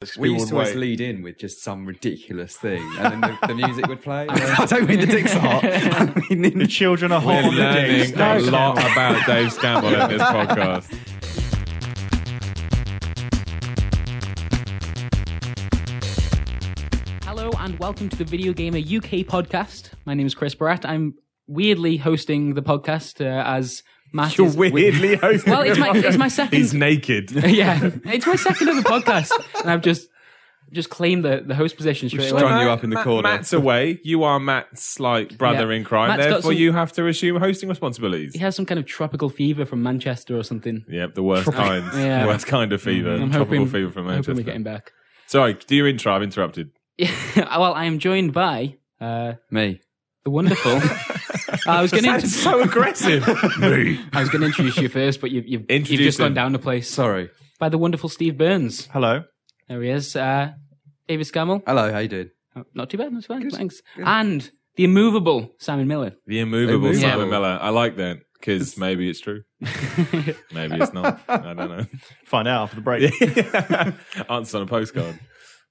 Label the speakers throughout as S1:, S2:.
S1: We
S2: People
S1: used to
S2: would
S1: always
S2: wait.
S1: lead in with just some ridiculous thing, and then the, the music would play.
S3: I don't mean the dicks are hot. I mean
S2: The
S3: in-
S2: children are hot
S4: We're
S2: on the
S4: learning
S2: dicks.
S4: a
S2: Don't-
S4: lot about Dave Scammell in this podcast.
S5: Hello and welcome to the Video Gamer UK podcast. My name is Chris Barat. I'm weirdly hosting the podcast uh, as Matt.
S2: You're
S5: is-
S2: weirdly hosting.
S5: Well, it's my it's my second.
S4: He's naked.
S5: yeah, it's my second of the podcast, and I've just just claimed the, the host position straight away.
S1: strung you up in the corner.
S4: Matt's away. You are Matt's like brother
S5: Yeah.
S4: in crime.
S5: Matt's got
S4: Therefore,
S5: some-
S4: you have to assume hosting responsibilities.
S5: He has some kind of tropical fever from Manchester or something.
S4: Yep, the worst kind.
S5: Yeah.
S4: Worst kind of fever.
S5: I'm
S4: tropical
S5: hoping,
S4: fever from
S5: hoping we're
S4: Manchester.
S5: getting back.
S4: Sorry, do your intro. I've interrupted.
S5: Yeah, well, I am joined by uh,
S1: Me.
S5: the wonderful. I was going to
S4: That's so aggressive.
S5: I was going to introduce you first, but you, you've you've
S4: Introduce
S5: just
S4: him.
S5: gone down the place.
S1: Sorry.
S5: By the wonderful Steve Burns.
S2: Hello.
S5: There he is. Uh, David Scammell.
S1: Hello. How you doing?
S5: Oh, Not too bad. Not too bad. Thanks. And the immovable Simon Miller.
S4: the immovable
S1: Immovable.
S4: Simon Miller. I like that because maybe it's true. maybe it's not. I don't know.
S2: Find out after the break.
S4: Answer on a postcard.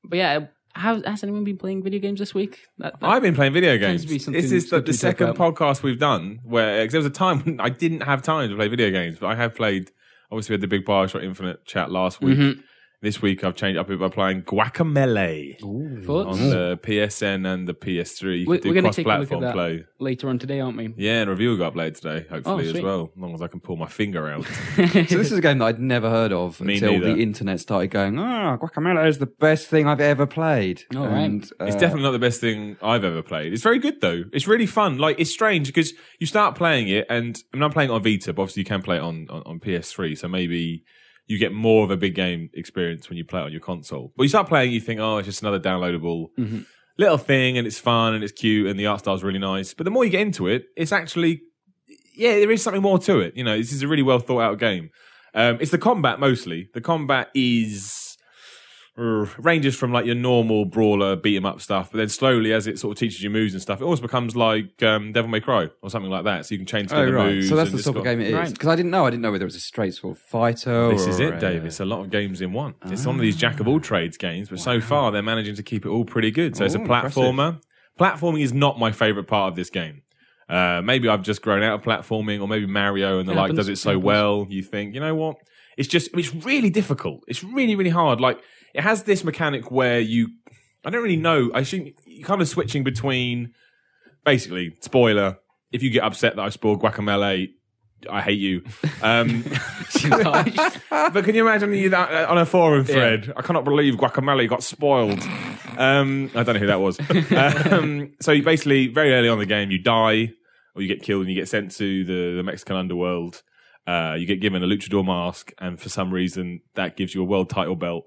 S5: But yeah, how, has anyone been playing video games this week? That- that-
S4: I've been playing video
S5: Tends
S4: games.
S5: to be something
S4: This is the,
S5: good
S4: the
S5: to talk
S4: second podcast we've done where 'cause there was a time when I didn't have time to play video games, but I have played. Obviously, we had the big Bioshock Infinite chat last week.
S5: Mm-hmm.
S4: This week, I've changed up it by playing Guacamele
S5: thoughts?
S4: on the PSN and the PS3. You
S5: We-
S4: can Mm, do
S5: we're gonna take a look at
S4: cross-platform
S5: that.
S4: play.
S5: Later on today, aren't we?
S4: Yeah, and a review got played today, hopefully as
S5: Oh, sweet.
S4: well, as long as I can pull my finger out.
S1: So this is a game that I'd never heard of
S4: Me
S1: until
S4: neither.
S1: the internet started going. Ah, Guacamole is the best thing I've ever played.
S5: All right.
S1: uh,
S4: It's definitely not the best thing I've ever played. It's very good though. It's really fun. Like it's strange because you start playing it, and I mean, I'm playing it on Vita, but obviously you can play it on, on on PS3. So maybe you get more of a big game experience when you play it on your console. But you start playing, you think, oh, it's just another downloadable little thing, and it's fun and it's cute, and the art style's really nice. But the more you get into it, it's actually yeah, there is something more to it. You know, this is a really well thought out game. Um, it's the combat mostly. The combat is er, ranges from like your normal brawler beat 'em up stuff, but then slowly as it sort of teaches you moves and stuff, it almost becomes like um, Devil May Cry or something like that. So you can change
S1: Oh
S4: the
S1: right.
S4: moves.
S1: So that's
S4: and
S1: the
S4: it's
S1: sort of
S4: got-
S1: game it is.
S5: Right.
S1: Because I didn't know. I didn't know whether it was a straight sort of fighter.
S4: This is
S1: or
S4: it,
S1: a-
S4: Dave. It's a lot of games in one. It's one of these jack of all trades games, but so far they're managing to keep it all pretty good. So it's a
S1: Ooh, impressive.
S4: platformer. Platforming is not my favorite part of this game. Uh, maybe I've just grown out of platforming, or maybe Mario and the
S5: It
S4: like
S5: happens.
S4: does it so
S5: It happens.
S4: well. You think, you know what? It's just it's really difficult. It's really really hard. Like it has this mechanic where you, I don't really know. I think you're kind of switching between basically, spoiler, if you get upset that I spoiled Guacamole, I hate you. Um, but can you imagine you that uh, on a forum thread? I cannot believe Guacamole got spoiled. Um, I don't know who that was. um, so you basically, very early on in the game, you die or you get killed and you get sent to the, the Mexican underworld. Uh, you get given a luchador mask, and for some reason, that gives you a world title belt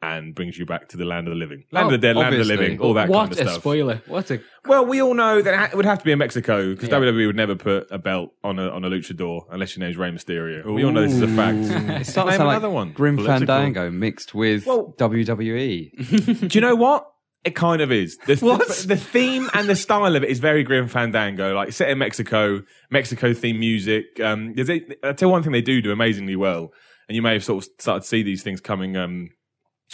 S4: and brings you back to the land of the living. Land of the dead, land of the
S1: obviously.
S4: living, all that
S5: what
S4: kind of
S5: a
S4: stuff.
S5: spoiler! What a
S4: Well, we all know that it ha- it would have to be in Mexico because WWE E would never put a belt on a on a luchador unless your name's Rey Mysterio. We all know this is a fact.
S1: It's starting to
S4: Name
S1: sound like
S4: another one.
S1: Grim
S4: Political.
S1: Fandango mixed with E.
S4: Well-
S1: WWE.
S4: Do you know what? It kind of is. The, The, theme and the style of it is very Grim Fandango, like set in Mexico, Mexico themed music. Um, there's a, I tell you one thing they do do amazingly well, and you may have sort of started to see these things coming um,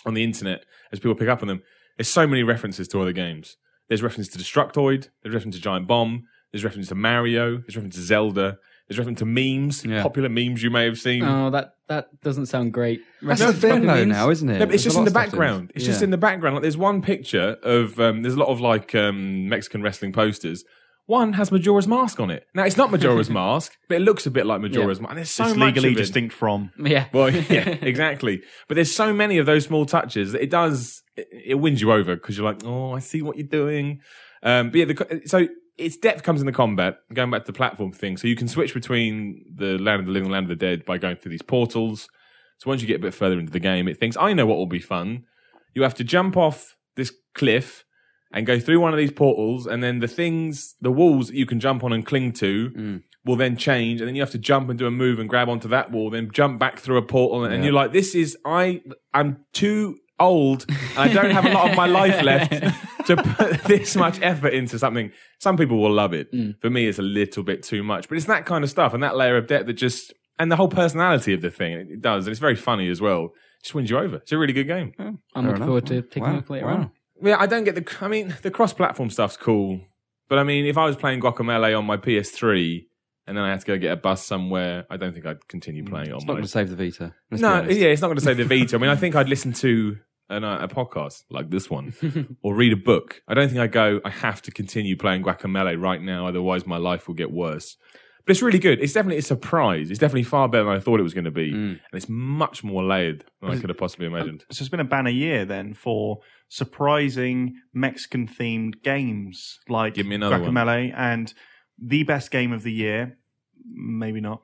S4: on the internet as people pick up on them. There's so many references to other games. There's reference to Destructoid. There's reference to Giant Bomb. There's reference to Mario. There's reference to Zelda. There's reference to memes,
S1: Yeah.
S4: popular memes you may have seen.
S5: oh that that doesn't sound great.
S1: That's the thing though now, isn't it?
S4: No, but it's
S1: There's
S4: just
S1: a
S4: in
S1: lot
S4: the
S1: of stuff to it.
S4: background. It's just
S1: Yeah.
S4: in the background. Like there's one picture of um, there's a lot of like um, Mexican wrestling posters. One has Majora's Mask on it. Now it's not Majora's Mask, but it looks a bit like Majora's Mask. And there's so
S2: it's
S4: much
S2: legally
S4: of it.
S2: distinct from.
S5: Yeah.
S4: Well, yeah, exactly. But there's so many of those small touches that it does it, it wins you over because you're like, oh, I see what you're doing. Um, but yeah, the, co- so its depth comes in the combat. Going back to the platform thing, so you can switch between the land of the living and land of the dead by going through these portals. So once you get a bit further into the game, it thinks, I know what will be fun. You have to jump off this cliff and go through one of these portals, and then the things, the walls that you can jump on and cling to will then change, and then you have to jump and do a move and grab onto that wall, then jump back through a portal, and you're like, this is I, I'm too old, and I don't have a lot of my life left to put this much effort into something. Some people will love it. For me, it's a little bit too much, but it's that kind of stuff and that layer of depth that just and the whole personality of the thing it does, and it's very funny as well. just wins you over. It's a really good game.
S5: I'm
S1: Fair
S5: looking
S1: enough.
S5: forward to picking
S1: Wow.
S5: up later
S1: Wow.
S5: on.
S4: Yeah, I don't get the. I mean, the cross-platform stuff's cool, but I mean, if I was playing Guacamole on my PS3 and then I had to go get a bus somewhere, I don't think I'd continue playing it
S1: Mm,
S4: on
S1: It's not
S4: my.
S1: going to save the Vita. let's be
S4: No,
S1: honest.
S4: yeah, it's not going to say the Vita. I mean, I think I'd listen to an, uh, a podcast like this one or read a book. I don't think I go. I have to continue playing Guacamole right now, otherwise my life will get worse. But it's really good. It's definitely a surprise. It's definitely far better than I thought it was going to be,
S1: Mm.
S4: and it's much more layered than I could have possibly
S1: um,
S4: imagined.
S2: So it's been a banner year then for surprising Mexican themed games like
S4: Give me another one.
S2: Guacamole and the best game of the year, maybe not.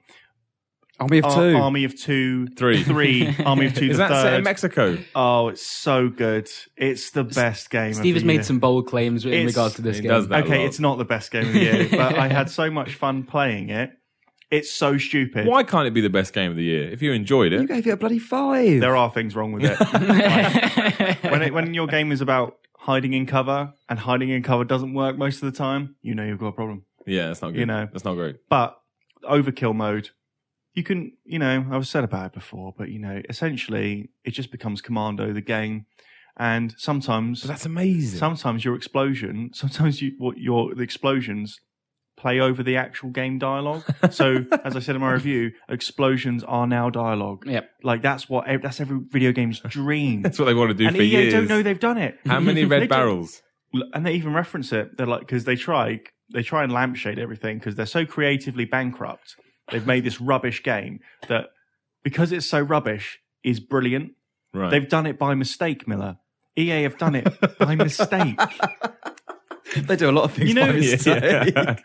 S1: Army of
S2: Ar-
S1: Two.
S2: Army of Two,
S4: Three.
S2: three, Army of Two,
S4: Is
S2: the
S4: that set in
S2: third.
S4: Mexico?
S2: oh, it's so good! It's the best game.
S5: Steve
S2: of
S5: has
S2: the year.
S5: made some bold claims in
S2: It's-
S5: regards to this
S4: he
S5: game.
S4: does that. a
S2: Okay,
S4: lot.
S2: it's not the best game of the year, but I had so much fun playing it. It's so stupid.
S4: Why can't it be the best game of the year? If you enjoyed
S1: You
S4: it,
S1: gave it a bloody five.
S2: There are things wrong with it. when it, when your game is about hiding in cover and hiding in cover doesn't work most of the time, you know you've got a problem.
S4: yeah, that's not good.
S2: You know.
S4: that's not great.
S2: But overkill mode, you can, you know, I've said about it before, but you know, essentially it just becomes commando the game, and sometimes
S4: But that's amazing.
S2: sometimes your explosion, sometimes you what your the explosions play over the actual game dialogue. so as I said in my review, explosions are now dialogue.
S5: Yep.
S2: Like that's what ev- that's every video game's dream.
S4: that's what they want to do
S2: and
S4: for
S2: EA
S4: years.
S2: don't know they've done it.
S4: How many
S2: They
S4: red
S2: don't-
S4: barrels?
S2: L- and they even reference it. They're like because they try they try and lampshade everything because they're so creatively bankrupt. They've made this rubbish game that because it's so rubbish is brilliant.
S4: Right.
S2: They've done it by mistake, Miller. EA have done it by mistake.
S1: they do a lot of things.
S2: You know-
S1: by mistake.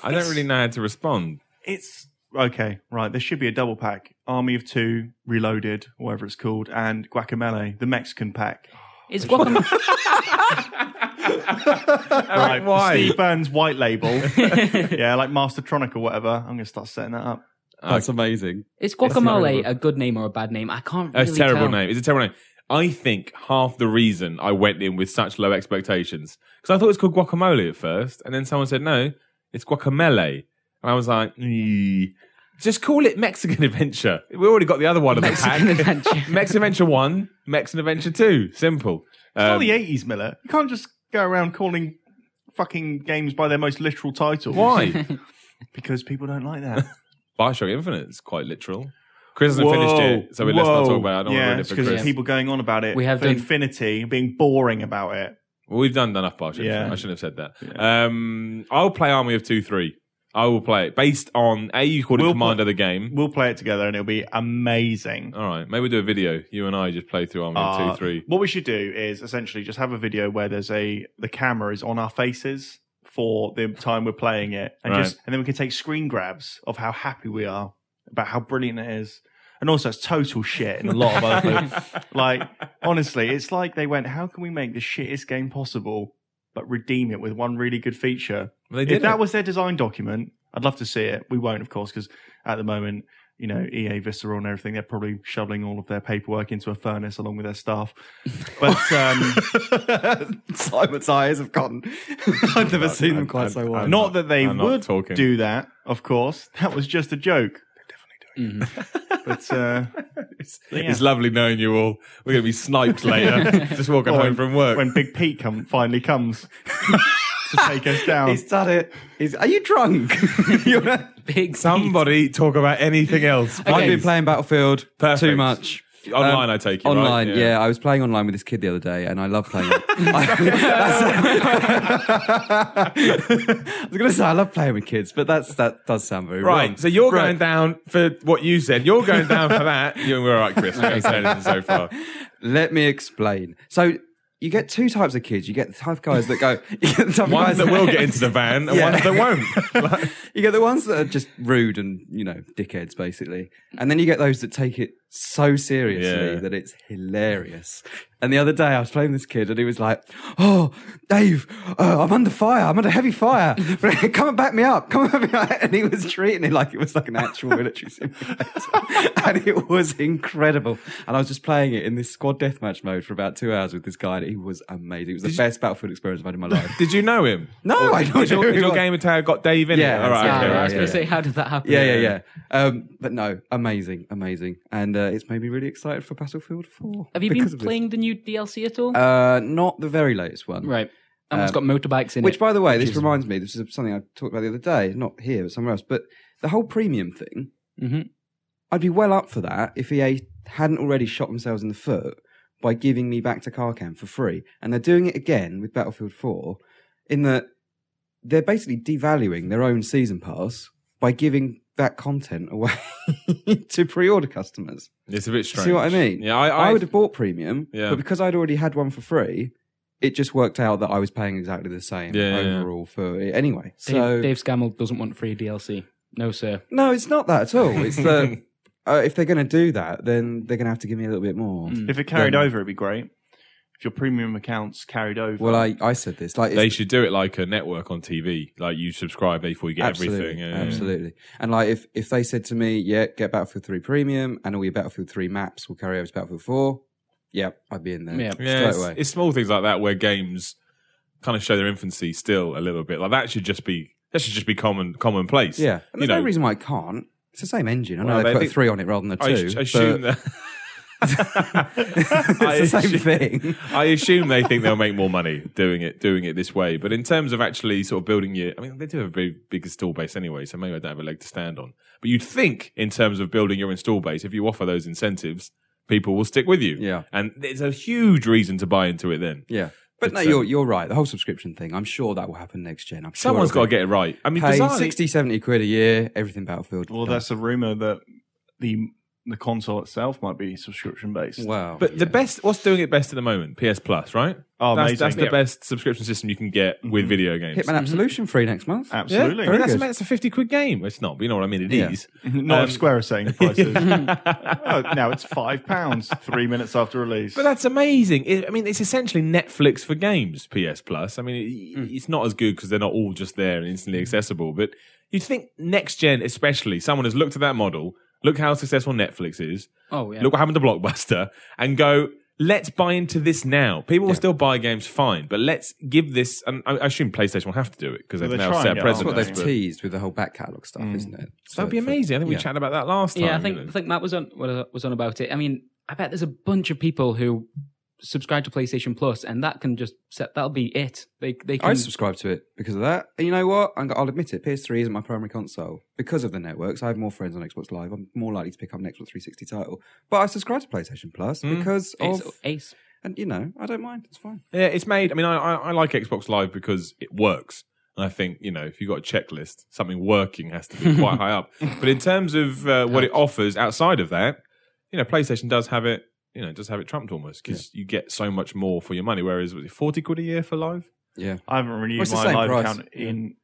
S4: Yeah. I don't really know how to respond.
S2: It's okay, right? There should be a double pack: Army of Two, Reloaded, whatever it's called, and Guacamole, the Mexican pack.
S5: Is Guacamole
S2: Right?
S4: why?
S2: Steve Burns White Label, yeah, like Mastertronic or whatever. I'm gonna start setting that up.
S1: That's amazing.
S5: Is guacamole
S4: terrible.
S5: a good name or a bad name? I can't.
S4: That's
S5: Really
S4: a terrible
S5: tell.
S4: name. It's a terrible name. I think half the reason I went in with such low expectations because I thought it was called guacamole at first, and then someone said no, it's guacamole, and I was like, "Mm, just call it Mexican Adventure. We already got the other one of the pack.
S5: Mexican Adventure.
S4: Mexican Adventure One, Mexican Adventure Two. Simple.
S5: Oh,
S2: It's not
S4: Um,
S2: the '80s, Miller. You can't just go around calling fucking games by their most literal titles.
S4: why?
S2: Because people don't like that.
S4: Bioshock Infinite is quite literal. Chris hasn't finished it, so we let's not
S2: whoa.
S4: talk about it. I don't
S2: yeah,
S4: want to ruin it for
S2: because
S4: Chris.
S2: people going on about it.
S5: We have
S2: for
S5: done-
S2: Infinity being boring about it.
S4: Well, we've done enough Bioshock.
S2: Yeah.
S4: Infinite. I shouldn't have said that. Um, I'll play Army of Two Three. I will play it based on a you called it
S2: We'll
S4: Commander
S2: play-
S4: the game.
S2: We'll play it together, and it'll be amazing.
S4: All right, maybe we'll do a video. You and I just play through Army
S2: Uh,
S4: of Oh, Two Three.
S2: What we should do is essentially just have a video where there's a the camera is on our faces for the time we're playing it, and
S4: Right.
S2: just and then we can take screen grabs of how happy we are about how brilliant it is. And also, it's total shit in a lot of other like honestly, it's like they went, "How can we make the shittest game possible, but redeem it with one really good feature?"
S4: Well, they
S2: if
S4: did
S2: that
S4: it.
S2: was their design document, I'd love to see it. We won't, of course, because at the moment, you know, EA Visceral and everything, they're probably shoveling all of their paperwork into a furnace along with their staff. But um,
S1: Simon's eyes have gotten. I've never seen them quite so wide.
S2: not that they
S4: I'm not
S2: would
S4: talking.
S2: do that, of course. That was just a joke.
S4: Mm-hmm.
S2: But uh, yeah.
S4: It's lovely knowing you all. We're going to be sniped later. just walking
S2: Or
S4: home from work.
S2: when Big Pete come, finally comes to take us down.
S1: He's done it. He's, are you drunk? You're not-
S5: Big
S4: Somebody talk about anything else.
S1: I've been
S4: please.
S1: playing Battlefield
S4: Perfect.
S1: too much.
S2: Um,
S1: Um,
S4: Online, I take it, right?
S1: Online,
S4: Yeah.
S1: yeah. I was playing online with this kid the other day, and I love playing. it. I, I was going to say I love playing with kids, but that's that does sound very
S4: Right,
S1: wrong.
S4: so you're
S1: Right.
S4: going down for what you said. You're going down for that. You're all right, Chris. We haven't said anything so far.
S1: Let me explain. So you get two types of kids. You get the type of guys that go. You get the type of
S4: Ones
S1: guys
S4: that will get into the van and
S1: Yeah.
S4: ones that won't. Like,
S1: You get the ones that are just rude and you know dickheads, basically, and then you get those that take it so seriously
S4: Yeah.
S1: that it's hilarious. And the other day, I was playing this kid, and he was like, "Oh, Dave, uh, I'm under fire. I'm under heavy fire. Come and back me up. Come and back me up." And he was treating it like it was like an actual military simulator, and it was incredible. And I was just playing it in this squad deathmatch mode for about two hours with this guy, and he was amazing. It was the best battlefield experience I've had in my life.
S4: did you know him?
S1: No, I don't
S4: Is your,
S1: know
S4: is
S1: who
S4: your
S1: I-
S4: game of tower got Dave in
S1: Yeah,
S4: it? All right,
S1: yeah,
S4: okay,
S1: yeah,
S4: right,
S5: I was
S1: yeah,
S5: going
S4: okay.
S5: to say, how did that happen?
S1: yeah, yeah, yeah. Um, but no, amazing, amazing, and uh, it's made me really excited for Battlefield 4.
S5: Have you
S1: because
S5: been
S1: of this.
S5: playing the new DLC at all?
S1: Uh, not the very latest one.
S5: right. And it's
S1: um,
S5: got motorbikes in
S1: Which,
S5: it.
S1: by the way,
S5: which
S1: this
S5: is-
S1: reminds me, this is something I talked about the other day, not here, but somewhere else, but the whole premium thing,
S5: Mhm.
S1: I'd be well up for that if EA hadn't already shot themselves in the foot by giving me back to Carcam for free. And they're doing it again with Battlefield 4 in that they're basically devaluing their own season pass by giving that content away to pre-order customers.
S4: It's a bit strange.
S1: See what I mean?
S4: Yeah, I,
S1: I,
S4: I,
S1: would have bought premium,
S4: Yeah.
S1: but because I'd already had one for free, it just worked out that I was paying exactly the same
S4: Yeah, yeah, yeah.
S1: overall for it anyway.
S5: Dave,
S1: So
S5: Dave Scammell doesn't want free DLC. No, sir.
S1: no, it's not that at all. It's that uh, if they're going to do that, then they're going to have to give me a little bit more.
S4: Hmm.
S5: Mm.
S2: If it carried
S1: Then-
S2: over, it'd be great. If your premium accounts carried over,
S1: Well, I, I said this like
S4: they
S1: it's-
S4: should do it like a network on TV. Like you subscribe, therefore you get
S1: absolutely,
S4: everything. Yeah, yeah, yeah.
S1: absolutely. And like if if they said to me, yeah, get Battlefield Three Premium and all your Battlefield Three maps will carry over to Battlefield Four. Yeah, I'd be in there
S5: Yeah.
S4: Yeah,
S1: straight
S4: it's,
S1: away.
S4: it's small things like that where games kind of show their infancy still a little bit. Like that should just be that should just be common commonplace.
S1: yeah, and there's
S4: you know.
S1: no reason why I can't. It's the same engine. I know
S4: Well,
S1: they
S4: they
S1: put
S4: think-
S1: a three on it rather than a
S4: I
S1: two.
S4: sh- assume
S1: but-
S4: that. it's
S1: it's the same thing.
S4: I assume they think they'll make more money doing it doing it this way. But in terms of actually sort of building your, I mean, they do have a big, big install base anyway, so maybe I don't have a leg to stand on. But you'd think in terms of building your install base, if you offer those incentives, people will stick with you.
S1: Yeah.
S4: and there's a huge reason to buy into it. Then
S1: Yeah. But
S4: It's,
S1: no,
S4: um,
S1: you're you're right. The whole subscription thing, I'm sure that will happen next gen. I'm sure
S4: someone's
S1: it'll
S4: got to
S1: be-
S4: get it right. I mean,
S1: pay
S4: bizarrely-
S1: 60, 70 quid a year, everything Battlefield.
S2: well,
S1: done.
S2: that's a rumor that the the console itself might be subscription based.
S1: wow.
S4: But the
S1: yeah.
S4: best, what's doing it best at the moment? PS Plus, right?
S2: Oh,
S4: that's,
S2: amazing.
S4: that's the
S2: Yeah.
S4: best subscription system you can get
S1: Mm-hmm.
S4: with
S2: Mhm.
S4: video games.
S1: Hitman Absolution free next month.
S4: Yeah,
S2: Absolutely.
S4: I mean, that's,
S1: good.
S4: that's a fifty quid game. It's not, but you know what I mean. It is.
S1: Yeah. Mm-hmm.
S2: Not
S4: Um,
S2: if Square are saying the prices. oh, now it's five pounds three minutes after release.
S4: But that's amazing. It, I mean, it's essentially Netflix for games. PS Plus. I mean, it, it's not as good because they're not all just there and instantly accessible. But you'd think next gen, especially, someone has looked at that model. Look how successful Netflix is.
S5: Oh, yeah.
S4: Look what happened to Blockbuster, and go. Let's buy into this now. People will still buy games, fine, but let's give this. And I I assume PlayStation will have to do it because they've
S2: they're
S4: now
S2: trying
S4: set
S2: it,
S4: a
S2: aren't
S1: That's
S4: precedent.
S1: what
S2: they?
S1: they've
S4: but-
S1: teased with the whole back catalogue stuff, isn't it? So
S4: Mm. That'd be
S1: for-
S4: amazing. I think we
S1: yeah.
S4: chatted about that last time.
S5: yeah, I think
S4: you know.
S5: I think Matt was on what was on about it. I mean, I bet there's a bunch of people who subscribe to PlayStation Plus, and that can just set. That'll be it. They they can.
S1: I subscribe to it because of that. And you know what? I'm, I'll admit it. PS3 isn't my primary console because of the networks. I have more friends on Xbox Live. I'm more likely to pick up an Xbox 360 title. But I subscribe to PlayStation Plus
S4: Mm.
S1: because
S5: Ace,
S1: of,
S5: Ace.
S1: and you know, I don't mind. It's fine.
S4: yeah, it's made. I mean, I, I, I like Xbox Live because it works, and I think you know if you've got a checklist, something working has to be quite high up. But in terms of uh, what it offers outside of that, you know, PlayStation does have it. You know, does have it trumped almost because you get so much more for your money. Whereas was it forty quid a year for Live?
S2: I haven't
S1: Well,
S2: renewed
S1: it's the
S2: my
S1: same
S2: live
S1: price.
S2: account in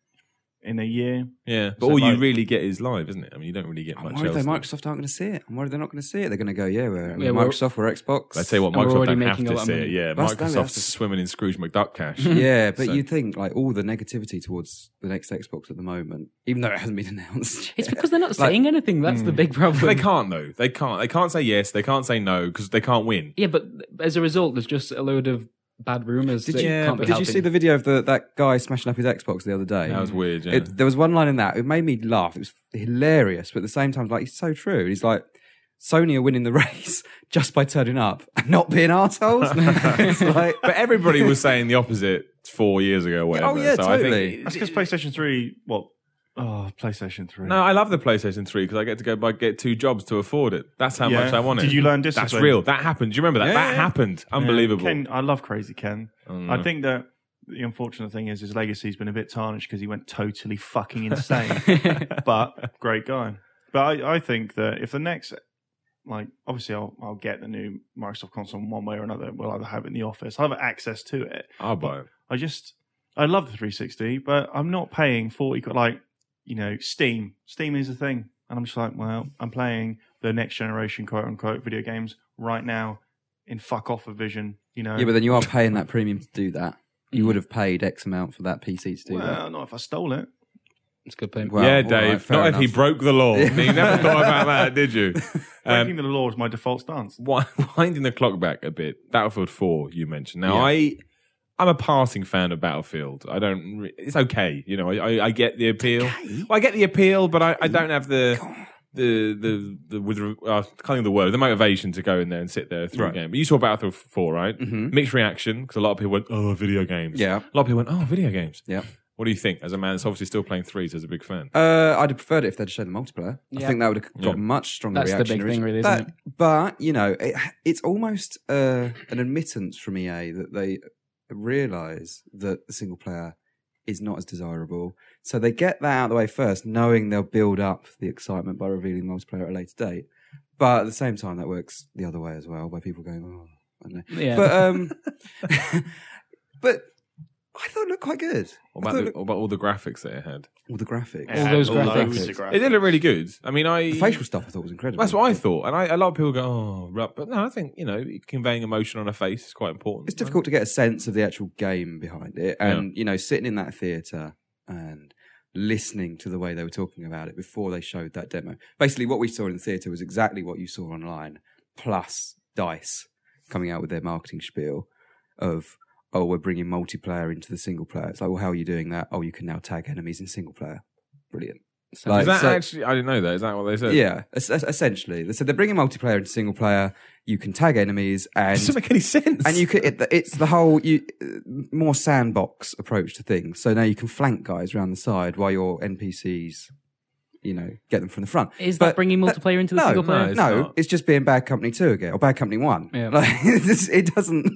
S2: in a year.
S4: Yeah, but
S2: So
S4: all you
S2: like-
S4: really get is Live, isn't it? I mean, you don't really get
S1: I'm
S4: much
S1: worried that
S4: else.
S1: Microsoft aren't going to see it. I'm worried they're not going to see it. They're going to go, yeah, we're,
S5: Yeah,
S1: we're
S5: we're-
S1: Microsoft, we're Xbox.
S4: I tell you what,
S5: And we're
S4: Microsoft
S5: already
S4: don't have
S5: making a
S4: to
S5: lot of
S4: see it.
S5: money.
S4: Yeah,
S1: That's-
S4: Microsoft's
S1: that's-
S4: swimming in Scrooge McDuck cash.
S1: yeah, but
S4: So-
S1: you'd think like all the negativity towards the next Xbox at the moment, even though it hasn't been announced.
S5: It's
S1: yet.
S5: because they're not
S1: Like- hmm.
S5: saying anything. That's the big problem.
S4: They can't though. They can't. They can't say yes. They can't say no because they can't win.
S5: Yeah, but as a result, there's just a load of bad rumors.
S1: Did
S5: that
S1: you,
S5: can't be
S1: did you see the
S5: helping.
S1: video of the, that guy smashing up his Xbox the other day?
S4: That was weird. Yeah.
S1: It, there was one line in that. It made me laugh. It was hilarious, but at the same time, like it's so true. He's like, Sony are winning the race just by turning up and not being assholes. it's like,
S4: but everybody was saying the opposite four years ago. Or whatever.
S1: oh yeah,
S4: so
S1: totally.
S4: I
S2: That's
S4: think,
S2: because PlayStation Three. Well, oh, PlayStation Three.
S4: no, I love the PlayStation Three because I get to go buy get two jobs to afford it. That's how
S2: Yeah.
S4: much I want it.
S2: Did you learn
S4: That's
S2: discipline?
S4: real. That happened. Do you remember that?
S1: Yeah,
S4: that
S1: yeah.
S4: happened.
S2: Yeah.
S4: Unbelievable.
S2: Ken, I love Crazy Ken.
S4: Mm.
S2: I think that the unfortunate thing is his legacy's been a bit tarnished because he went totally fucking insane. but great guy. But I, I think that if the next, like, obviously I'll, I'll get the new Microsoft console in one way or another. We'll either have it in the office, I'll have access to it.
S4: I'll buy it.
S2: I just, I love the 360, but I'm not paying 40, quid- like, you know, Steam. Steam is a thing. And I'm just like, well, I'm playing the next generation quote unquote video games right now in fuck off a vision, you know.
S1: Yeah, but then you are paying that premium to do that. You
S4: Mm.
S1: would have paid X amount for that PC to do
S2: well, not if I stole it.
S5: It's a good point.
S1: that. Well,
S4: yeah,
S1: all right,
S4: Dave.
S1: fair
S4: not if he
S1: enough.
S4: broke the law. you never thought about that, did you? Um,
S2: Breaking the law is my default stance.
S4: wi- winding the clock back a bit, Battlefield Four you mentioned. Now I, I'm a passing fan of Battlefield. I don't. Re- it's okay, you know. I, I, I get the appeal. Well, I get the appeal, but I, I don't have the the the the with uh, I can't think of the word the motivation to go in there and sit there through
S1: Right.
S4: the game. But you saw Battlefield Four, right?
S1: Mhm.
S4: Mixed reaction because a lot of people went, "Oh, video games."
S1: Yeah.
S4: a lot of people went, "Oh, video games."
S1: Yeah.
S4: What do you think, as a man that's obviously still playing threes as a big fan?
S1: Uh, I'd have preferred it if they'd shown the multiplayer. I
S5: Yeah.
S1: think that would have got
S4: Yeah.
S1: much stronger
S5: That's the
S1: reaction.
S5: big thing,
S1: originally.
S5: really,
S1: That-
S5: isn't
S1: But you know, it, it's almost uh, an admittance from EA that they realise that the single player is not as desirable, so they get that out of the way first, knowing they'll build up the excitement by revealing multiplayer at a later date. But at the same time, that works the other way as well, by people going, "Oh, I don't know."
S5: Yeah.
S1: But um, but I thought it looked quite good.
S4: What about,
S1: I
S4: the,
S1: thought it
S4: what about all the graphics that it had?
S1: looked- all the graphics,
S5: All those
S2: loads
S1: graphics.
S2: of
S4: It did look really good. I mean, I
S1: the facial stuff, I thought was incredible.
S4: That's what I thought, and I, a lot of people go, "Oh, right." but no, I think you know conveying emotion on a face is quite important.
S1: it's difficult to get a sense of the actual game behind it and you know sitting in that theater and listening to the way they were talking about it before they showed that demo basically what we saw in the theater was exactly what you saw online plus dice coming out with their marketing spiel of oh we're bringing multiplayer into the single player it's like well how are you doing that oh you can now tag enemies in single player brilliant
S5: Sounds-
S4: Is that
S1: so-
S4: actually? I didn't know that. Is that what they said?
S1: yeah es- es- essentially so they're bringing multiplayer into single player you can tag enemies and
S4: doesn't make any sense.
S1: and you could it, it's the whole you uh, more sandbox approach to things so now you can flank guys around the side while your npcs you know get them from the front
S5: Is that bringing multiplayer into the
S1: no,
S5: single
S1: no,
S5: player?
S1: it's,
S4: it's
S1: no
S4: not.
S1: it's just being bad company 2 again or bad company 1
S5: Yeah.
S1: like, it's just- it doesn't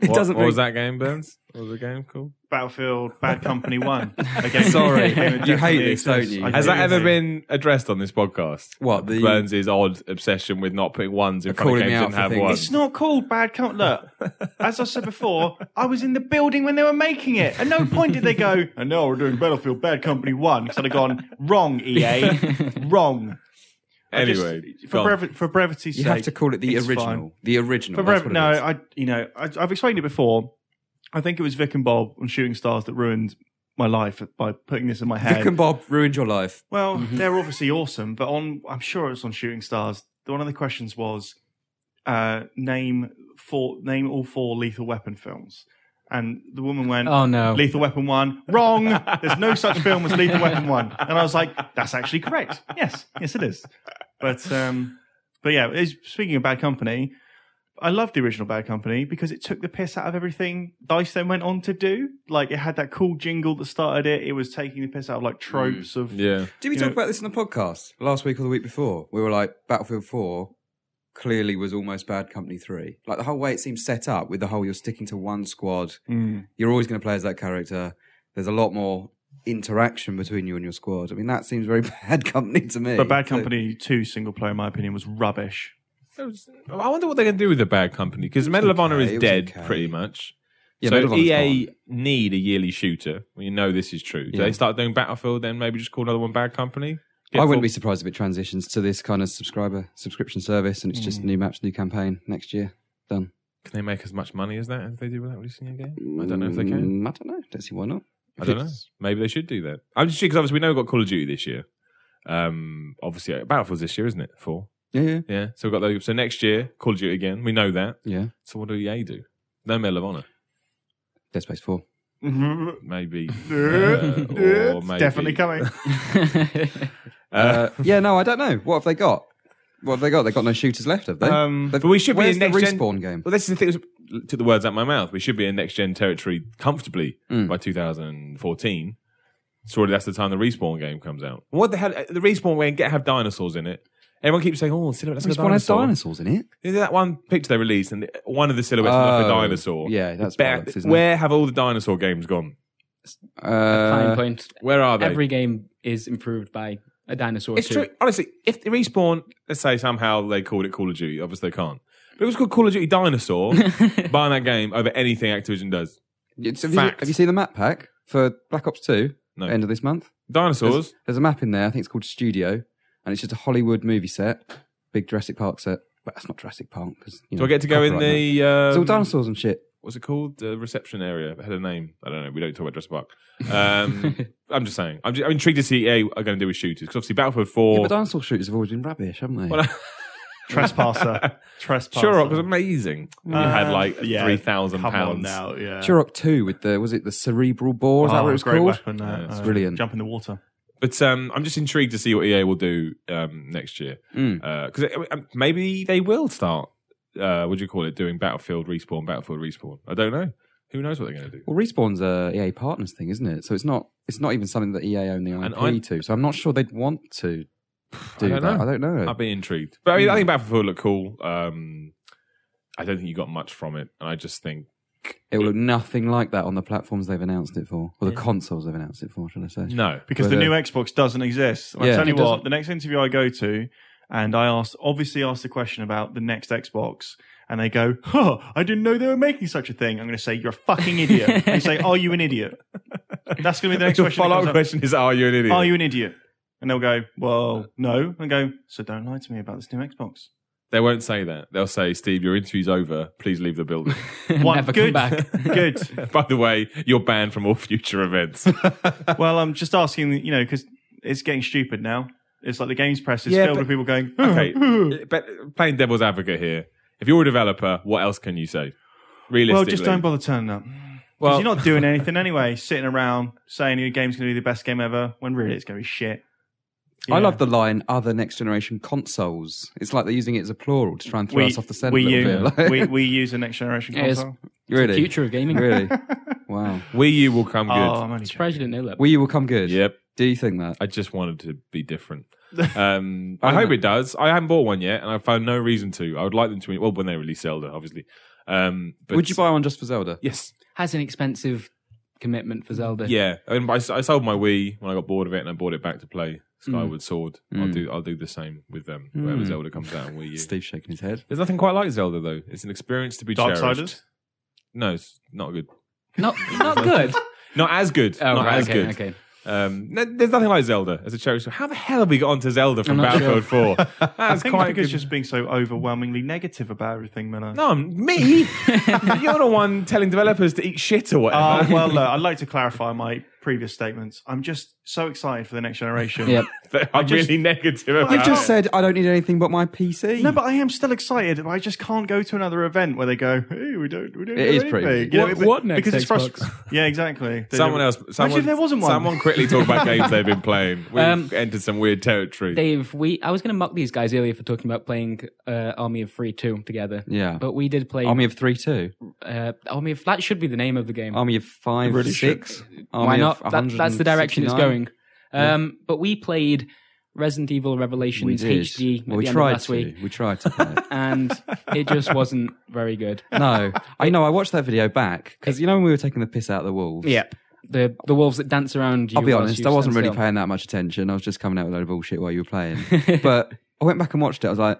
S1: it
S4: what,
S1: doesn't
S4: what was that game, Burns? What was the game called?
S2: Battlefield Bad Company One. Again,
S1: Sorry.
S2: it definitely
S1: You hate this, don't
S2: exists.
S1: you?
S2: I
S4: Has
S2: do
S4: that ever
S2: hate it.
S4: been addressed on this podcast?
S1: What, the-
S4: Burns' odd obsession with not putting ones in
S1: Of
S4: front of
S1: calling
S4: games
S1: me out
S4: that didn't
S1: for
S4: have
S1: things.
S4: ones.
S2: It's not called Bad Company. Look, as I said before, I was in the building when they were making it. At no point did they go, and now we're doing Battlefield Bad Company One. So they'd have gone wrong, EA, wrong. I just-
S4: anyway,
S2: for,
S4: gone.
S2: brevi- for brevity's
S1: you
S2: sake,
S1: have to call it the
S2: it's
S1: original
S2: fine.
S1: the original
S2: For
S1: that's
S2: brev-
S1: what it
S2: no,
S1: is.
S2: I you know I, I've explained it before. I think it was Vic and Bob on Shooting Stars that ruined my life by putting this in my head.
S1: Vic and Mm-hmm. Bob ruined your life
S2: Well, they're obviously awesome, but on I'm sure it's on Shooting Stars. One of the questions was uh, name four name all four Lethal Weapon films, and the woman went.
S5: Oh no.
S2: Lethal Weapon 1. Wrong. There's no such film as Lethal Weapon 1. And I was like, that's actually correct. Yes. Yes, it is. But, um, but yeah, it's, speaking of Bad Company, I love the original Bad Company because it took the piss out of everything Dice then went on to do. Like, it had that cool jingle that started it. It was taking the piss out of like tropes of
S4: yeah,
S1: Did we
S2: You
S1: talk
S2: know-
S1: about this in the podcast last week or the week before? We were like, Battlefield 4 clearly was almost Bad Company 3. Like the whole way it seems set up with the whole you're sticking to one squad,
S4: Mm.
S1: you're always going to play as that character. There's a lot more interaction between you and your squad. I mean, that seems very Bad Company to me.
S2: But Bad
S1: So-
S2: Company 2 single player, in my opinion, was rubbish.
S4: It was- I wonder what they're going to do with the Bad Company because Medal of
S1: okay,
S4: Honor
S1: it
S4: is
S1: was
S4: dead,
S1: okay.
S4: pretty much.
S1: Yeah, Medal
S4: so
S1: of Honor's
S4: EA
S1: gone.
S4: need a yearly shooter. We know this is true. Do
S1: Yeah.
S4: they start doing Battlefield, then maybe just call another one Bad Company. Get
S1: I wouldn't
S4: full-
S1: be surprised if it transitions to this kind of subscriber subscription service and it's just
S4: Mm.
S1: new maps, new campaign next year. Done.
S4: Can they make as much money as that as they do without releasing a game? I don't know if they can.
S1: Mm, I don't know. Don't see why not.
S4: I don't know. Maybe they should do that. I'm just because obviously we know we've got Call of Duty this year. Um, obviously Battlefield's this year, isn't it? Four.
S1: Yeah, yeah.
S4: Yeah. So we've got those. So next year, Call of Duty again. We know that.
S1: Yeah.
S4: So what do EA do? No Medal of Honor.
S1: Dead Space 4.
S4: Maybe. uh, or
S2: It's
S4: maybe-
S2: Definitely coming.
S4: Uh,
S1: yeah, no, I don't know. What have they got? What have they got? They've got no shooters left, have they?
S2: Um,
S1: They've-
S4: but we should be
S1: where's
S4: in
S1: the
S4: next gen-
S1: respawn game.
S4: well, this is the thing. Took the words out of my mouth. We should be in next gen territory comfortably
S1: Hmm.
S4: by 2014. Surely that's the time the respawn game comes out. What the hell? uh, The respawn game get have dinosaurs in it. Everyone keeps saying, "Oh, silhouette, that's a
S1: Respawn has
S4: dinosaur."
S1: dinosaurs in it.
S4: Is that one picture they released and one of the silhouettes looked like a
S1: Oh,
S4: dinosaur?
S1: yeah, that's
S4: Ba-
S1: bollocks, isn't it?
S4: where have all the dinosaur games gone?
S5: Fine
S1: Uh,
S5: point.
S4: Where are they?
S5: Every game is improved by a dinosaur.
S4: it's
S5: too.
S4: true. Honestly, if they respawn, let's say somehow they called it Call of Duty. Obviously, they can't. But if it was called Call of Duty Dinosaur. buying that game over anything Activision does.
S1: Uh, it's- have, you,
S4: Fact.
S1: have you seen the map pack for Black Ops 2?
S4: No.
S1: End of this month.
S4: Dinosaurs.
S1: There's a map in there. I think it's called Studio, and it's just a Hollywood movie set, big Jurassic Park set. But that's not Jurassic Park because you know,
S4: Do I get to go in
S1: copyright now.
S4: the? Um,
S1: it's all dinosaurs and shit.
S4: What's it called? The reception area. It had a name. I don't know. We don't talk about Jurassic Park. Um, I'm just saying. I'm, just, I'm intrigued to see what EA are going to do with shooters because obviously Battlefield
S1: Yeah,
S4: Four.
S1: but dinosaur shooters have always been rubbish, haven't they?
S4: Well,
S2: Trespasser. Trespasser.
S4: Sure, it was amazing. you had
S1: Uh,
S4: like
S2: yeah,
S4: three thousand
S2: Come on
S4: pounds.
S2: now, yeah.
S1: Turok 2 with the was it the cerebral bore? Is that
S2: Oh,
S1: what it was
S2: great
S1: called?
S2: weapon, uh,
S4: Yeah, it's
S2: uh,
S1: brilliant.
S2: Jump in the water.
S4: But um, I'm just intrigued to see what EA will do um, next year Uh,
S1: Mm.
S4: because maybe they will start. Uh, what do you call it? Doing Battlefield respawn, Battlefield respawn. I don't know. Who knows what they're going to do?
S1: Well, Respawn's a EA partners thing, isn't it? So it's not it's not even something that EA own the
S4: And
S1: IP
S4: I-
S1: to. So I'm not sure they'd want to do that.
S4: don't know.
S1: I don't know.
S4: I'd be intrigued. But I mean, I
S2: Hmm.
S4: think Battlefield looked cool. Um, I don't think you got much from it, and I just think
S1: it will look nothing like that on the platforms they've announced it for, or the consoles they've announced it for, should I say?
S4: no.
S2: because the
S1: But, uh,
S2: new Xbox doesn't exist. And
S1: Yeah.
S2: I tell you
S1: It
S2: what,
S1: doesn't.
S2: the next interview I go to, and I asked, obviously asked the question about the next Xbox, and they go, "Huh, I didn't know they were making such a thing." I'm going to say, "You're a fucking idiot." and you say, "Are you an idiot?" That's going to be the next
S4: Your
S2: question. that
S4: follow-up
S2: comes up.
S4: question is: Are you an idiot?
S2: Are you an idiot? And they'll go, "Well, no," and go, "So don't lie to me about this new Xbox."
S4: They won't say that. They'll say, "Steve, your interview's over. Please leave the building."
S2: One,
S5: Never
S2: good,
S5: come back.
S2: good.
S4: By the way, you're banned from all future events.
S2: Well, I'm just asking, you know, because it's getting stupid now. It's like the games press is
S4: Yeah,
S2: filled
S4: but-
S2: with people going,
S4: okay, but playing devil's advocate here, if you're a developer, what else can you say? Realistically,
S2: "Well, just don't bother turning up."
S4: Well-
S2: Because you're not doing anything anyway, sitting around saying your game's going to be the best game ever when really it's going to be shit.
S1: I love the line "other next generation consoles." It's like they're using it as a plural to try and throw
S2: we,
S1: us off the scent a
S2: we,
S1: little
S2: use,
S1: bit. Like-
S2: we, we use a next generation
S5: Yeah, it's-
S2: console.
S1: really,
S5: Future of gaming.
S1: really, wow.
S4: Wii U will come
S2: oh,
S4: good.
S2: I'm only joking.
S5: Surprised you didn't know that.
S1: Well, you will come good.
S4: Yep.
S1: Do you think that?
S4: I just wanted to be different. Um, I hope it does. I haven't bought one yet, and I found no reason to. I would like them to. Well, when they release Zelda, obviously. Um, but
S1: Would you buy one just for Zelda?
S4: Yes.
S5: Has an expensive commitment for Zelda.
S4: Yeah. I, mean, I, s- I sold my Wii when I got bored of it, and I bought it back to play Skyward Sword. I'll do. I'll do the same with them. Wherever
S1: Mm.
S4: Zelda comes out on Wii U.
S1: Steve's shaking his head.
S4: There's nothing quite like Zelda though. It's an experience to be
S2: Darksiders?
S4: cherished. No, it's not good.
S5: Not not good.
S4: Not as good.
S5: Oh,
S4: not
S5: right,
S4: as
S5: okay,
S4: good.
S5: okay.
S4: Um, no, there's nothing like Zelda as a cherish. How the hell have we got onto Zelda from
S5: I'm not
S4: Battlefield 4?
S2: I
S4: That's
S2: think
S4: quite
S2: because
S4: good.
S2: just being so overwhelmingly negative about everything, Miller.
S4: No, I'm- me. You're the one telling developers to eat shit or whatever.
S2: Uh, well, look, I'd like to clarify my previous statements. I'm just so excited for the next generation.
S5: Yep.
S4: But I'm
S2: just-
S4: really negative about
S1: You've just
S4: it.
S1: said I don't need anything but my PC.
S2: No, but I am still excited. but I just can't go to another event where they go, "Hey, we don't, we don't."
S1: It
S2: do
S1: is
S2: anything.
S1: pretty good.
S2: You know,
S5: What-
S2: but-
S5: what next
S2: Because it's
S5: Xbox?
S2: frustrating. Yeah, exactly. They
S4: Someone
S2: don't-
S4: else. Someone,
S2: Imagine if there wasn't one.
S4: Someone quickly talk about games they've been playing. We've
S5: Um,
S4: entered some weird territory.
S5: Dave, we I was going to mock these guys earlier for talking about playing uh, Army of Three Two together.
S1: Yeah.
S5: but we did play
S1: Army of three, two.
S5: uh, Army of that should be the name of the game.
S1: Army of five,
S2: Really
S1: six. Army
S5: Why
S1: of
S5: not? That, that's the direction it's
S1: 169.
S5: going. Um, But we played Resident Evil
S1: We
S5: Revelations
S1: did.
S5: HD at
S1: Well, we
S5: the end of
S1: tried
S5: last
S1: to.
S5: week,
S1: We tried to. Play it.
S5: and it just wasn't very good.
S1: no, I know. I watched that video back because you know when we were taking the piss out of the wolves.
S5: the the wolves that dance around. You
S1: I'll be
S5: whilst
S1: honest,
S5: you
S1: I wasn't
S5: stand
S1: really
S5: still.
S1: paying that much attention. I was just coming out with a load of bullshit while you were playing. but I went back and watched it. I was like,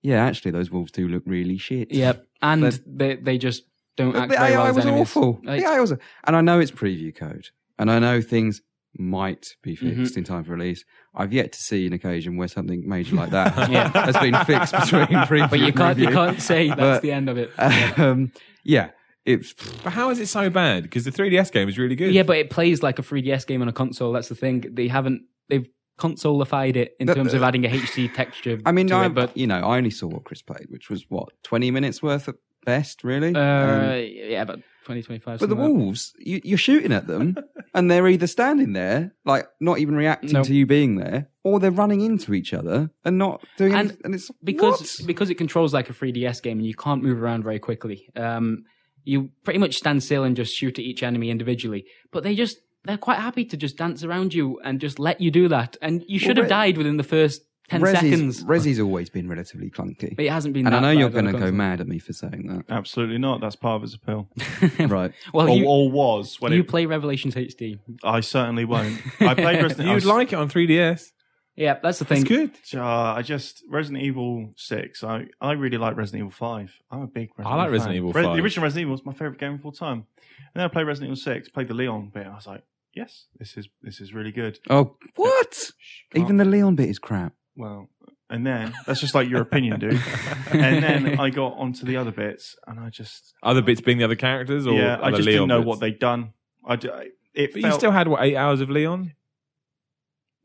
S1: yeah, actually, those wolves do look really shit.
S5: Yep, and
S1: There's-
S5: they they just don't
S1: But
S5: act
S1: the
S5: very
S1: AI
S5: well as
S1: was
S5: enemies.
S1: awful.
S5: Like,
S1: the AI was, and I know it's preview code, and I know things might be
S5: Mm-hmm.
S1: fixed in time for release. I've yet to see an occasion where something major like that
S5: Yeah.
S1: has been fixed between preview.
S5: But you can't you can't say that's
S1: But-
S5: the end of it.
S1: can't. Um, yeah, it's
S4: but how is it so bad? Because the 3DS game is really good.
S5: Yeah, but it plays like a 3DS game on a console. That's the thing. They haven't they've consoleified it in
S1: But- uh,
S5: terms of adding a HC texture.
S1: I mean,
S5: to
S1: I,
S5: it, but
S1: you know, I only saw what Chris played, which was what twenty minutes worth at best, really.
S5: uh,
S1: Um,
S5: yeah, about 2025.
S1: but the wolves, you, you're shooting at them, and they're either standing there, like not even reacting
S5: No.
S1: to you being there, or they're running into each other and not doing.
S5: And
S1: anything. and it's
S5: because
S1: what?
S5: because it controls like a 3DS game and you can't move around very quickly. Um, you pretty much stand still and just shoot at each enemy individually. But they just they're quite happy to just dance around you and just let you do that. And you should
S1: Re-
S5: have died within the first 10
S1: Resi's,
S5: seconds.
S1: Resi's always been relatively clunky,
S5: But it hasn't been.
S1: and I
S5: that
S1: know you're
S5: bad
S1: going
S5: on the
S1: to go
S5: console.
S1: mad at me for saying that,
S2: Absolutely not. That's part of his appeal.
S1: right?
S5: Well,
S2: or,
S5: you,
S2: or was when
S5: you
S2: it,
S5: play Revelations HD.
S2: I certainly won't. I played Resident. I
S4: You'd
S2: was-
S4: like it on 3DS.
S5: Yeah, that's the thing.
S4: It's good.
S2: Uh, I just Resident Evil Six. I, I really like Resident Evil Five. I'm a big. Resident
S4: I like
S2: Evil
S4: Resident
S2: fan.
S4: Evil
S2: Re-
S4: 5.
S2: the original Resident Evil was my favorite game of all time. And then I played Resident Evil Six. Played the Leon bit. I was like, yes, this is this is really good.
S1: Oh, what?
S2: can't-
S1: Even the Leon bit is crap.
S2: Well, and then that's just like your opinion, dude. and then I got onto the other bits, and I just
S4: Other bits being the other characters, or
S2: yeah, I
S4: other
S2: just
S4: Leon
S2: didn't know
S4: bits?
S2: what they'd done. I d- it
S4: But you
S2: felt
S4: still had what eight hours of Leon?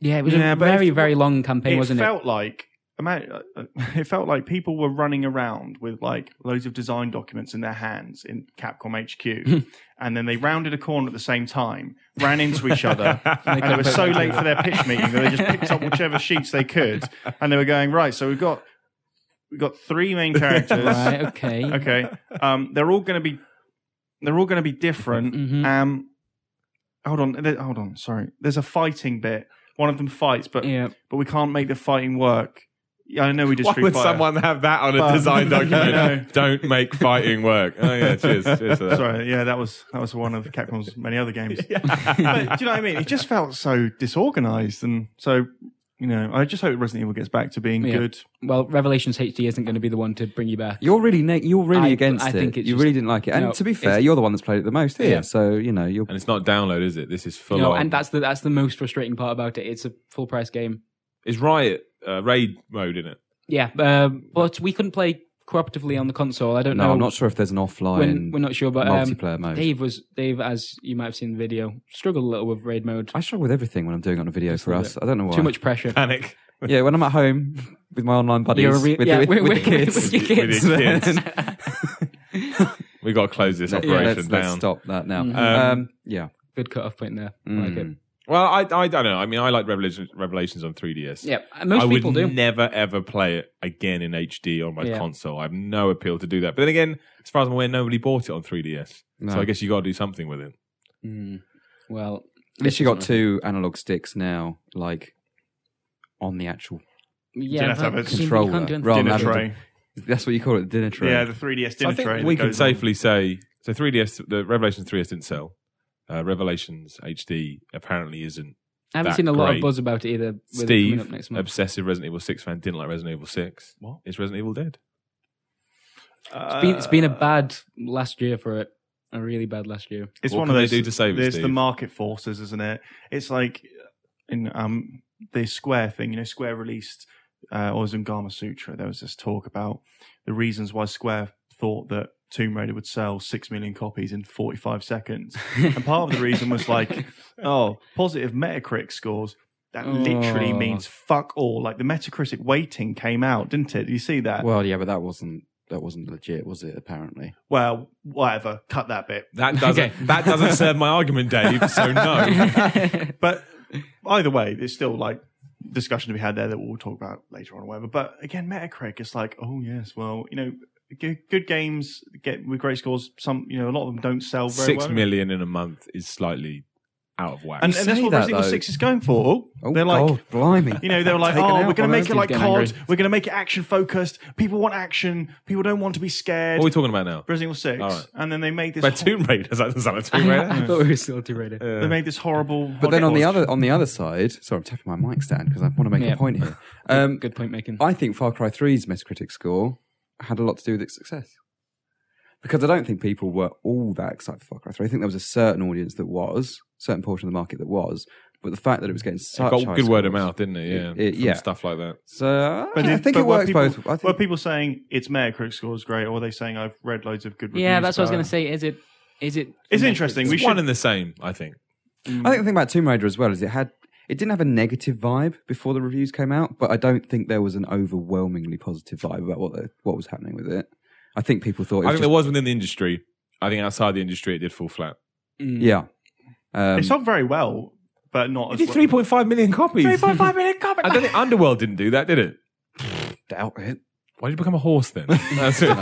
S5: Yeah, it was
S2: Yeah,
S5: a
S2: but
S5: very,
S2: if-
S5: very long campaign,
S2: it
S5: wasn't
S2: felt like ima- uh, it felt like people were running around with like loads of design documents in their hands in Capcom HQ, and then they rounded a corner at the same time, ran into each other, and they were so late for their pitch meeting that they just picked up whichever sheets they could, and they were going right. So we've got we've got three main characters.
S5: Right. Okay.
S2: Okay, um, they're all going to be they're all going to be different.
S5: Mhm.
S2: Um, hold on, there- hold on. Sorry, there's a fighting bit. One of them fights, but
S5: Yeah.
S2: but we can't make the fighting work. Yeah, I know we just
S4: Why
S2: threw
S4: would
S2: fire.
S4: someone have that on a
S2: But-
S4: design document?
S2: No.
S4: Don't make fighting work. Oh yeah, cheers, cheers for that.
S2: Sorry, yeah, that was that was one of Capcom's many other games. But do you know what I mean? It just felt so disorganized, and so you know, I just hope Resident Evil gets back to being
S5: Yeah.
S2: good.
S5: Well, Revelations HD isn't going to be the one to bring you back.
S1: You're really ne- you're really
S5: I-
S1: against
S5: I
S1: it.
S5: think it's
S1: you
S5: just-
S1: really didn't like it. And
S5: No,
S1: to be fair, you're the one that's played it the most here.
S4: Yeah.
S1: So you know you're.
S4: And it's not download, is it? This is full
S5: You know,
S4: on.
S5: and that's the that's the most frustrating part about it. It's a full price game.
S4: it's Riot uh, raid mode in it.
S5: Yeah, um, but we couldn't play cooperatively on the console. I don't
S1: No,
S5: know.
S1: I'm not sure if there's an offline
S5: When, we're not sure, but um,
S1: multiplayer mode.
S5: Dave was Dave, as you might have seen in the video, struggled a little with raid mode.
S1: I struggle with everything when I'm doing it on a video for
S5: a
S1: us. I don't know why.
S5: Too much pressure.
S4: Panic.
S1: Yeah, when I'm at home with my online buddies,
S5: You're a re-
S1: with,
S5: yeah,
S1: with,
S5: with-
S1: with,
S5: with-
S1: the kids,
S5: with your kids.
S4: With his kids. We got to close this
S1: Yeah,
S4: operation
S1: let's,
S4: down.
S1: let's stop that now.
S5: Mhm.
S1: Um, yeah,
S5: Good cut off point there. Like it.
S1: Mm.
S4: Well, I, I don't know. I mean, I like Revelations, Revelations on 3DS.
S5: Yeah, uh, most
S4: I would
S5: people do.
S4: never ever play it again in HD on my
S5: Yeah.
S4: console. I have no appeal to do that. But then again, as far as I'm aware, nobody bought it on 3DS.
S1: No.
S4: So I guess you got to do something with it.
S5: Mm. Well,
S1: At least you got two analog sticks now, like on the actual.
S5: yeah,
S2: Didn't have to have
S5: but
S2: a
S5: you
S1: controller
S5: can't do
S4: Oh,
S5: anything.
S1: rather
S2: Dinner
S1: than-
S2: tray,
S1: That's what you call it, the dinner tray.
S2: yeah, the 3DS
S4: So
S2: dinner
S4: I think
S2: tray.
S4: we
S2: that
S4: can
S2: goes on.
S4: safely say so. 3DS, the Revelations 3DS didn't sell. Uh, Revelations HD apparently isn't.
S5: I haven't
S4: that
S5: seen a lot
S4: great.
S5: of buzz about it either. With it coming up
S4: Steve,
S5: next month.
S4: obsessive Resident Evil 6 fan, didn't like Resident Evil 6.
S2: What?
S4: Is Resident Evil dead?
S5: It's been, it's been
S2: Uh,
S5: a bad last year for it. A really bad last year.
S2: It's
S4: What
S2: one
S4: can
S2: of
S4: they
S2: those.
S4: do to save it,
S2: There's the
S4: Steve?
S2: market forces, isn't it? It's like in um the Square thing. You know, Square released uh, or Zungama Sutra. There was this talk about the reasons why Square thought that Tomb Raider would sell six million copies in 45 seconds, and part of the reason was like, oh, positive Metacritic scores. That literally
S5: Oh.
S2: means fuck all. Like the Metacritic weighting came out, didn't it? Did you see that? Well,
S1: Well, yeah, but that wasn't that wasn't legit, was it? Apparently.
S2: whatever. Cut that bit.
S4: That doesn't
S5: Okay.
S4: that doesn't serve my argument, Dave. So
S2: Oh.
S4: no.
S2: But either way, there's still like discussion to be had there that we'll talk about later on or whatever. But again, Metacritic is like, oh yes, well, you know, good, good games get with great scores. Some, you know, a lot of them don't sell very
S4: Six
S2: well.
S4: million in a month is slightly out of whack.
S2: And,
S1: You
S2: and that's
S1: say
S2: what
S1: that,
S2: Resident Evil
S1: though.
S2: Six is going for.
S1: Oh,
S2: They're like,
S1: God, blimey!
S2: you know, they were like,
S1: Taken
S2: oh,
S1: out
S2: we're going to
S1: on
S2: make
S1: us.
S2: it like
S5: getting angry.
S2: COD. We're going to make it action focused. People want action. People don't want to be scared.
S4: what are we talking about now?
S2: Resident Evil Six,
S4: All right.
S2: and then they made this.
S4: By
S2: hor-
S4: Tomb Raiders. That doesn't sound like Tomb Raider.
S5: I thought we were still too rated.
S2: they made this horrible.
S1: But then on the
S2: hodgepodge.
S1: other on the other side, sorry, I'm tapping my mic stand because I want to make
S5: Yeah.
S1: a point here. Um,
S5: Good point making.
S1: I think Far Cry 3's Metacritic score had a lot to do with its success. Because I don't think people were all that excited for Far Cry 3. I think there was a certain audience that was, certain portion of the market that was, but the fact that it was getting such
S4: It got
S1: high
S4: good word of
S1: scores-
S4: mouth, didn't it? Yeah,
S1: It- it-
S4: From
S1: yeah.
S4: stuff like that.
S1: So I, I
S2: did-
S1: think it
S2: were
S1: works
S2: people,
S1: both. I think,
S2: Were people saying its Metacritic score is great, or were they saying I've read loads of good reviews?
S5: yeah, that's what I was
S2: about
S5: going
S2: it?
S5: to say. Is it? Is it?
S2: It's interesting.
S4: It's
S2: We
S4: one
S2: should.
S4: and the same, I think.
S1: I think the thing about Tomb Raider as well is it had it didn't have a negative vibe before the reviews came out, but I don't think there was an overwhelmingly positive vibe about what the, what was happening with it. I think people thought it
S4: I
S1: was
S4: think there was within the industry. I think outside the industry, it did fall flat.
S1: just- yeah. Um,
S2: It sold very well, but not.
S4: It
S2: as
S4: did
S2: well.
S4: three point five million copies. Three point five million copies. I don't think Underworld didn't do that, did it?
S1: doubt it.
S4: Why did you become a horse then? That's it. um,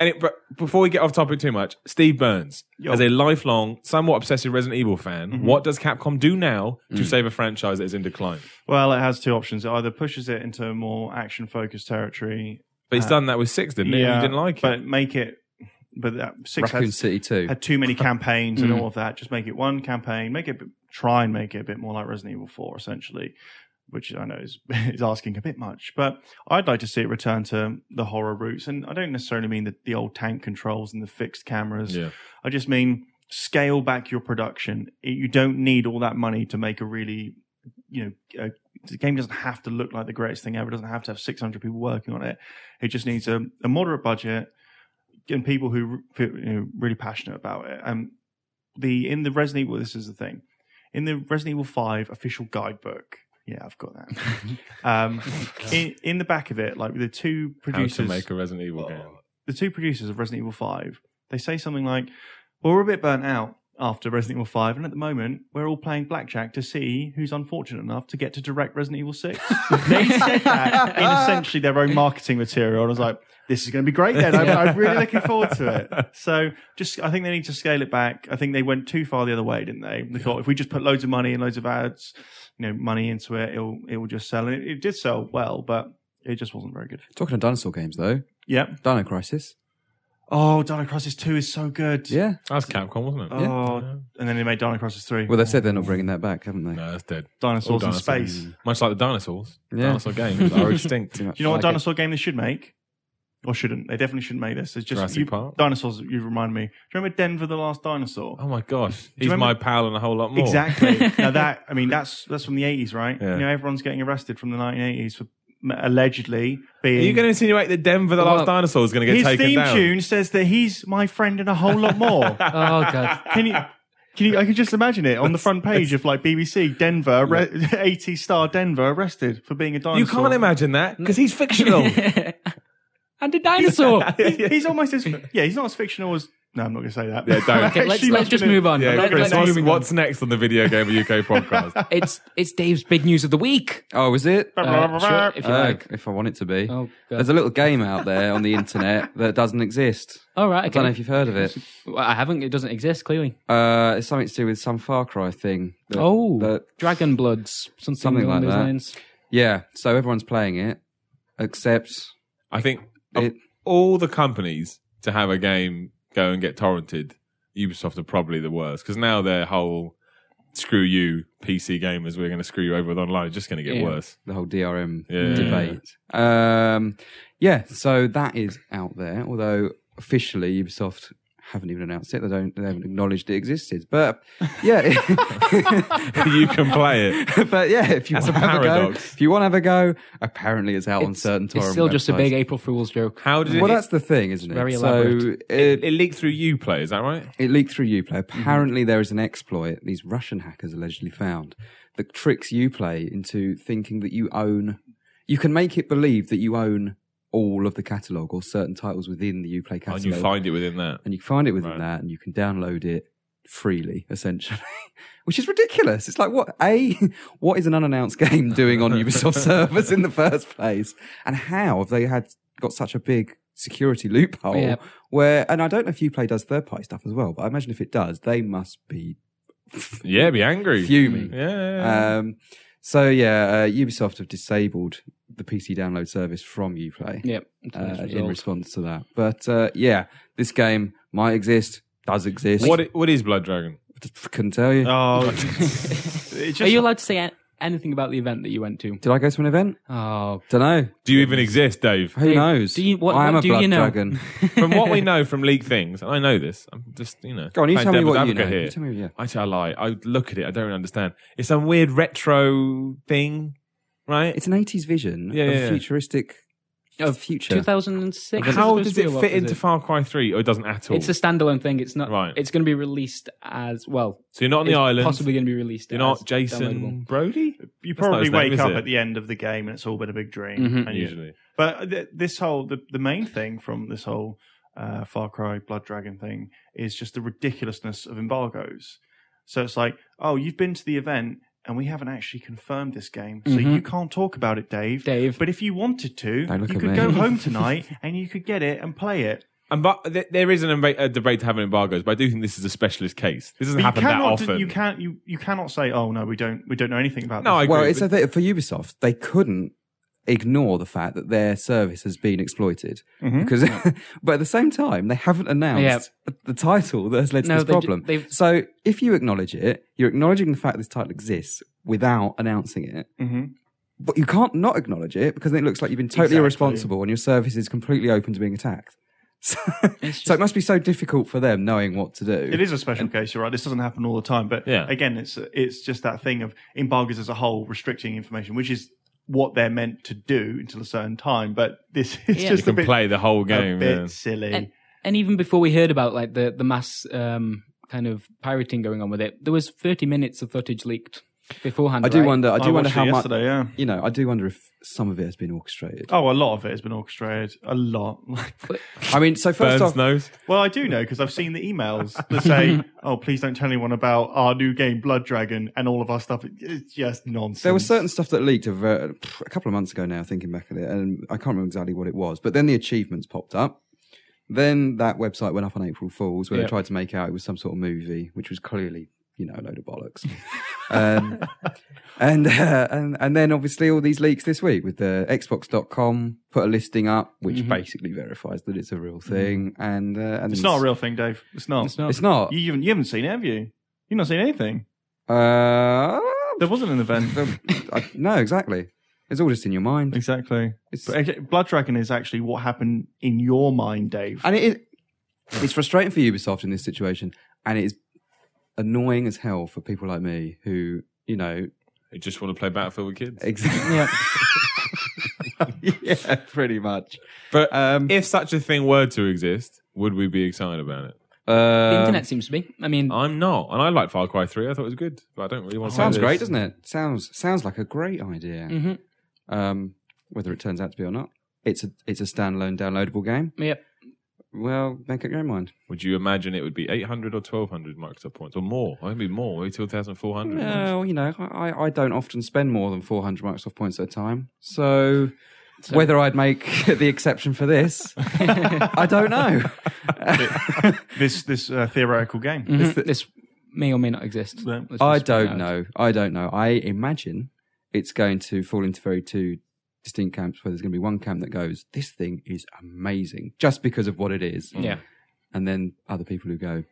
S4: and it, but before we get off topic too much, Steve Burns,
S2: Yo. Mm-hmm.
S4: as a lifelong, somewhat obsessive Resident Evil fan, what does Capcom do now
S2: Mm.
S4: to save a franchise that is in decline?
S2: Well, it has two options. It either pushes it into more action-focused territory.
S4: But he's done that with six, didn't he? And you didn't like it.
S2: Uh, but make it. But that six
S1: Raccoon
S2: has,
S1: City 2.
S2: had too many campaigns and all of that. Just make it one campaign. Make it a bit- try and make it a bit more like Resident Evil Four, essentially. Which I know is is asking a bit much, but I'd like to see it return to the horror roots. And I don't necessarily mean the, the old tank controls and the fixed cameras.
S4: Yeah.
S2: I just mean scale back your production. It- You don't need all that money to make a really, you know, a, the game doesn't have to look like the greatest thing ever. It doesn't have to have 600 people working on it. It just needs a, a moderate budget and people who r- feel you know, really passionate about it. Um, the in the Resident Evil, this is the thing, in the Resident Evil Five official guidebook, Yeah, I've got that. um, in, in the back of it, like the two
S4: Oh How
S2: producers, Oh.
S4: to make a Resident Evil game.
S2: the two producers of Resident Evil Five, they say something like, "Well, we're a bit burnt out after Resident Evil Five, and at the moment, we're all playing blackjack to see who's unfortunate enough to get to direct Resident Evil 6. they said that in essentially their own marketing material. And I was like, "This is going to be great." Then I'm, I'm really looking forward to it. So, just I think they need to scale it back. I think they went too far the other way, didn't they? They thought if we just put loads of money and loads of ads, you know, money into it, it'll it will just sell. And it, it did sell well, but it just wasn't very good.
S1: Talking of dinosaur games, though,
S2: Yep.
S1: Dino Crisis.
S2: Oh, Dino Crisis 2 is so good.
S1: Yeah.
S4: That was Capcom, wasn't it?
S2: Oh, and then they made Dino Crisis 3.
S1: Well, they've said they're not bringing that back, haven't they?
S4: No, that's dead. All
S2: dinosaurs in space. Do
S4: Much like the dinosaurs.
S1: Yeah.
S4: Dinosaur games are extinct.
S1: Do
S2: you know what dinosaur game they should make? Or shouldn't? They definitely shouldn't make this. It's just
S4: Jurassic
S2: you,
S4: Park?
S2: dinosaurs. You remind me. Do you remember Denver, the last dinosaur?
S4: Oh my gosh.
S2: you
S4: He's my
S2: remember-
S4: pal and a whole lot more.
S2: Exactly. now that I mean, that's that's from the eighties, right?
S4: Yeah.
S2: You know, everyone's getting arrested from the nineteen eighties for m- allegedly being.
S4: Are you going to insinuate that Denver, the last
S5: Well,
S4: dinosaur, is going to get
S2: His
S4: taken
S2: theme
S4: down?
S2: tune says that he's my friend and a whole lot more.
S5: Oh god.
S2: Can you? Can you, I can just imagine it on the front page of like BBC Denver, re- 80 star Denver arrested for being a dinosaur.
S4: You can't imagine that because he's fictional.
S5: and a dinosaur.
S2: He- he's almost as yeah. He's not as fictional as no. I'm not going to say that.
S4: Yeah, don't.
S5: Okay, let's
S2: Actually,
S5: let's just move on.
S4: yeah,
S5: Let-
S4: Chris,
S5: let's
S4: what's,
S5: move on.
S4: what's next on the Video Game UK podcast?
S5: It's it's Dave's big news of the week.
S1: Oh, is it?
S5: Uh, sure, if you
S1: Oh,
S5: like.
S1: If I want it to be.
S5: Oh
S1: There's a
S5: god.
S1: little game out there on the internet that doesn't exist.
S5: All right.
S1: I
S5: Okay.
S1: don't know if you've heard of it.
S5: Well, I haven't. It doesn't exist clearly.
S1: Uh, it's something to do with some Far Cry thing. that-
S5: oh,
S1: that-
S5: Dragon Bloods, something,
S1: Something
S5: along
S1: like
S5: those
S1: that.
S5: lines.
S1: yeah. So everyone's playing it, except
S4: I think of
S1: It-
S4: all the companies to have a game go and get torrented, Ubisoft are probably the worst because now their whole screw you PC gamers, we're going to screw you over with online is just going to get
S5: Yeah.
S4: worse.
S1: the whole DRM
S4: Yeah.
S1: debate. Um, yeah. So that is out there, although officially Ubisoft haven't even announced it. They don't. They haven't acknowledged it existed. But yeah.
S4: you can play it.
S1: but yeah, if you
S4: That's
S1: want
S4: a
S1: to have a go,
S4: paradox.
S1: if you want to have a go, apparently it's out on certain torrent
S5: It's still just a
S1: websites.
S5: big April Fool's joke.
S4: How did it?
S1: Well, that's the thing, isn't it?
S5: very elaborate. Mm-hmm.
S1: So it,
S4: it leaked through Uplay, is that right?
S1: It leaked through Uplay. Apparently, there is an exploit these Russian hackers allegedly found that tricks Uplay into thinking that you own. You can make it believe that you own all of the catalog or certain titles within the Uplay catalog,
S4: Oh, And you find it within that.
S1: and you can find it within
S4: Right.
S1: that, and you can download it freely, essentially. Which is ridiculous. It's like what a what is an unannounced game doing on Ubisoft servers in the first place, and how have they had got such a big security loophole?
S5: Yeah.
S1: Where and I don't know if Uplay does third party stuff as well, but I imagine if it does, they must be
S4: Yeah, be angry.
S1: fuming.
S4: Yeah.
S1: Um, so yeah, uh, Ubisoft have disabled the PC download service from Uplay
S5: Yep. until
S1: uh,
S5: it's
S1: in
S5: resolved.
S1: response to that. But uh, yeah, this game might exist, does exist.
S4: what i- What is Blood Dragon?
S1: Couldn't tell you.
S2: Oh,
S4: Oh.
S2: it just,
S5: Are you allowed to say an- anything about the event that you went to?
S1: Did I go to an event?
S5: Oh,
S1: Don't know.
S4: Do you even exist, Dave?
S1: Who
S5: Dave,
S1: knows?
S5: do you- what-
S1: I am
S5: what
S1: a
S5: do
S1: blood
S5: you know?
S1: dragon.
S4: From what we know from leaked things, and I know this. I'm just you know.
S1: Go on, you
S4: playing
S1: tell me
S4: devil's
S1: what you know.
S4: advocate
S1: You
S4: Here.
S1: tell me, yeah.
S4: I tell a lie. I look at it. I don't really understand. It's some weird retro thing, right?
S1: It's an 80s vision
S4: Yeah,
S1: of
S4: yeah, yeah.
S1: futuristic of future.
S5: 2006. is
S4: How
S5: supposed
S4: does
S5: to be,
S4: it
S5: or what
S4: fit
S5: is
S4: into
S5: it?
S4: Far Cry Three? Or it doesn't at all.
S5: It's a standalone thing. It's not.
S4: Right.
S5: It's going to be released as well.
S4: so you're not on the
S5: it's
S4: island.
S5: Possibly going to be released.
S4: you're not
S5: as
S4: Jason
S5: downloadable.
S4: Brody.
S2: you
S4: That's not
S2: probably
S4: his name,
S2: wake
S4: is
S2: up
S4: it?
S2: at the end of the game and it's all been a big dream.
S5: Mhm.
S2: And you- but th- this whole the, the main thing from this whole uh, Far Cry Blood Dragon thing is just the ridiculousness of embargoes. So it's like, oh, you've been to the event and we haven't actually confirmed this game, so
S5: Mhm.
S4: Mm-hmm.
S2: you can't talk about it, Dave.
S5: Dave.
S2: But if you wanted to,
S1: Don't look
S2: you
S1: at
S2: could
S1: me.
S2: go home tonight and you could get it and play it.
S4: And but th- there is an emba- a debate to have an embargoes, but I do think this is a specialist case. This doesn't
S2: But you
S4: happen that
S2: cannot,
S4: often.
S2: you can't, you, you cannot say, oh no, we don't, we don't know anything about
S4: No,
S2: this.
S4: I agree.
S1: well, it's
S4: but-
S1: a thing for Ubisoft. They couldn't ignore the fact that their service has been exploited
S2: Mhm.
S1: because but at the same time they haven't announced the title that has led to
S5: No,
S1: this
S5: they ju-
S1: problem
S5: they've-
S1: so if you acknowledge it you're acknowledging the fact this title exists without announcing it
S2: Mhm.
S1: but you can't not acknowledge it because then it looks like you've been totally
S2: Exactly.
S1: irresponsible and your service is completely open to being attacked. So, so it must be so difficult for them knowing what to do.
S2: It is a special case, you're right. This doesn't happen all the time, but
S4: Yeah.
S2: again, it's it's just that thing of embargoes as a whole restricting information, which is what they're meant to do until a certain time. But this is
S5: Yeah.
S2: just
S4: you can
S2: a bit,
S4: play the whole
S2: a
S4: game.
S2: bit
S4: yeah.
S2: silly.
S5: And, and even before we heard about like the the mass um, kind of pirating going on with it, there was 30 minutes of footage leaked. beforehand.
S1: I do
S5: right?
S1: wonder. I do wonder
S2: watched
S1: how
S2: it
S1: much.
S2: yesterday, yeah.
S1: You know, I do wonder if some of it has been orchestrated.
S2: Oh, a lot of it has been orchestrated. A lot.
S1: I mean, so first
S4: Burns
S1: off,
S4: knows.
S2: well, I do know because I've seen the emails that say, "Oh, please don't tell anyone about our new game, Blood Dragon, and all of our stuff." It's just nonsense.
S1: there was certain stuff that leaked a, ver- a couple of months ago now. Thinking back at it, and I can't remember exactly what it was. But then the achievements popped up. Then that website went up on April Fools, where
S4: Yeah.
S1: they tried to make out it was some sort of movie, which was clearly, you know, a load of bollocks. um, and uh, and and then obviously all these leaks this week with the Xbox.com put a listing up, which basically verifies that it's a real thing. And uh, and
S2: Mm-hmm. It's not a real thing, Dave. It's not.
S5: It's not.
S1: It's not.
S2: You haven't, you haven't seen it, have you? You've not seen anything.
S1: Uh,
S2: There wasn't an event.
S1: I- no, exactly. It's all just in your mind.
S2: exactly.
S1: It's,
S2: But actually, Blood Dragon is actually what happened in your mind, Dave.
S1: and it is, it's frustrating for Ubisoft in this situation, and it is annoying as hell for people like me who, you know,
S4: They just want to play Battlefield with kids.
S1: exactly. Yeah. pretty much.
S4: But
S1: Um,
S4: if such a thing were to exist, would we be excited about it?
S5: the
S1: um,
S5: internet seems to be. I mean,
S4: I'm not, and I like Far Cry Three. I thought it was good, but I don't really want to.
S1: sounds
S4: play
S1: great,
S4: this.
S1: doesn't it? Sounds sounds like a great idea.
S5: Mhm.
S1: Um, whether it turns out to be or not, it's a it's a standalone downloadable game.
S5: yeah.
S1: Well, make up your own mind.
S4: Would you imagine it would be 800 or 1200 Microsoft points or more? I think it'd be more, maybe 2400.
S1: Well, you know, I, I don't often spend more than 400 Microsoft points at a time. So, whether I'd make the exception for this, I don't know.
S2: this this uh, theoretical game.
S4: Mm.
S5: Mhm. this may or may not exist.
S2: Yeah.
S5: Let's
S1: I
S5: just find
S1: don't
S5: out.
S1: know. I don't know. I imagine it's going to fall into very two distinct camps where there's going to be one camp that goes, this thing is amazing just because of what it is.
S2: Mm.
S5: Yeah.
S1: And then other people who go,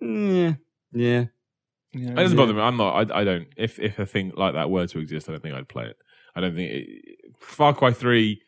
S1: yeah, yeah.
S4: It doesn't bother me. I'm not. I, I don't. If if a thing like that were to exist, I don't think I'd play it. I don't think it, Far Cry Three.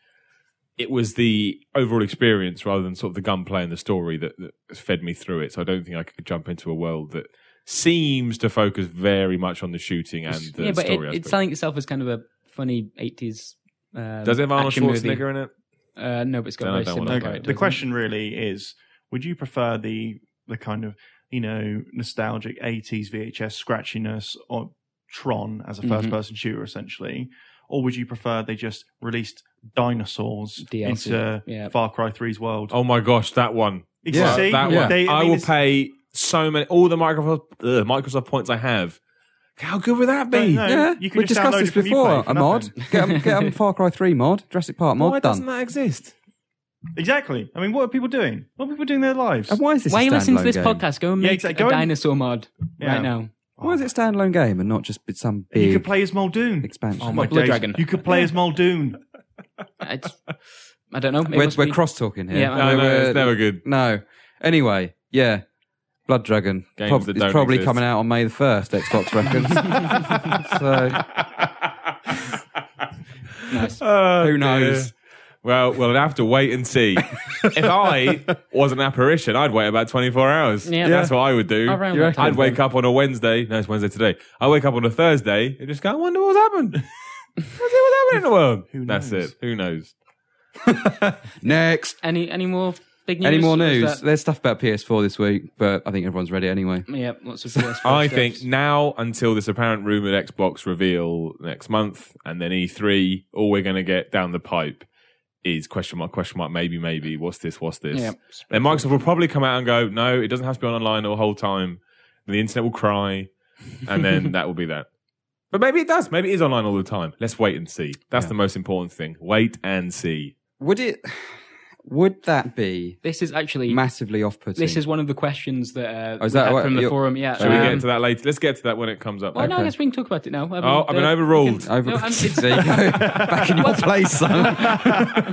S4: It was the overall experience rather than sort of the gunplay and the story that, that fed me through it. So I don't think I could jump into a world that seems to focus very much on the shooting and the
S5: yeah, but
S4: story.
S5: it,
S4: aspect.
S5: it's selling itself as kind of a funny '80s. Um,
S4: Does it have Arnold
S5: action movie.
S4: Schwarzenegger in it?
S5: Uh, no, but it's got
S4: Then I
S5: very
S4: don't wanna
S5: similar
S2: Okay.
S4: play it
S5: characters.
S2: The question really is: Would you prefer the the kind of you know nostalgic '80s VHS scratchiness or Tron as a
S4: Mm-hmm.
S5: Mhm.
S2: 1st person shooter, essentially, or would you prefer they just released dinosaurs
S5: DLC,
S2: into
S5: yeah.
S2: Far Cry 3's world?
S4: Oh my gosh, that one.
S2: You
S1: yeah,
S2: see?
S4: that
S1: yeah.
S4: one.
S2: They-
S4: I,
S2: mean,
S4: will
S2: it's-
S4: pay so many. All the Microsoft ugh, Microsoft points I have. How good would that
S2: No,
S4: be?
S2: no,
S1: yeah,
S2: you can
S1: we
S2: just
S1: discussed
S2: download
S1: this
S2: it from
S1: before.
S2: Uplay for
S1: A mod,
S2: nothing.
S1: get 'em- get 'em Far Cry Three mod, Jurassic Park mod
S4: Why
S1: done.
S4: doesn't that exist?
S2: Exactly. I mean, what are people doing? What are people doing in their lives?
S1: And why is this?
S5: Why
S1: a
S5: are you listening to
S1: standalone
S5: this
S1: game?
S5: podcast? Go and
S2: Yeah,
S5: make
S2: exactly.
S5: a
S2: Go and-
S5: dinosaur mod
S2: Yeah. Oh.
S5: right now.
S1: Why is it a standalone game and not just be- some
S2: You
S1: big
S2: could play as Muldoon.
S1: expansion?
S5: Oh
S2: My
S5: Blood
S2: days.
S5: Dragon.
S2: You could play as Muldoon.
S5: It's, I don't know. It
S1: we're
S5: must
S1: we're
S5: be-
S1: cross talking here.
S5: Yeah, I
S4: No,
S5: know.
S4: no,
S1: We're-
S4: it's never good.
S1: No. Anyway, yeah, Blood Dragon
S4: Games
S1: prob-
S4: that
S1: it's
S4: don't
S1: probably
S4: exist.
S1: coming out on May the first. Xbox reckons. so
S5: Nice.
S2: Oh,
S1: who knows?
S4: Well, we'll have to wait and see. if I was an apparition, I'd wait about 24 hours.
S5: Yeah.
S4: That's what I would do.
S5: Around that time
S4: I'd wake up on a Wednesday. No, it's Wednesday today. I wake up on a Thursday and just go, I wonder what's happened. what's happened in the world?
S2: Who
S4: That's
S2: knows?
S4: it. Who knows?
S1: Next.
S5: Any any more big news?
S1: Any more
S5: Or is
S1: news?
S5: that-
S1: There's stuff about PS4 this week, but I think everyone's ready anyway.
S5: yeah, lots of PS4
S4: I
S5: stuff.
S4: think now until this apparent rumored Xbox reveal next month and then E3, all we're going to get down the pipe is question mark, question mark, maybe, maybe. What's this? What's this?
S5: Yeah.
S4: Then Microsoft will probably come out and go, no, it doesn't have to be on online all the whole time. The internet will cry, and then that will be that. But maybe it does. Maybe it is online all the time. Let's wait and see. That's
S1: Yeah.
S4: the most important thing. Wait and see.
S1: Would it? Would that be
S5: this is actually
S1: massively off-putting?
S5: this is one of the questions that uh,
S1: Oh, is
S5: we
S1: that
S5: had
S1: what
S5: from the
S1: you're-
S5: forum. Yeah.
S4: Shall we
S5: um,
S4: get to that later? Let's get to that when it comes up.
S5: Well, no, I
S1: Okay.
S5: guess we can talk about it now. I mean,
S4: Oh, I've been
S5: uh,
S4: overruled.
S1: Over-
S5: No, I'm- it's-
S1: there you go. Back in your place, son.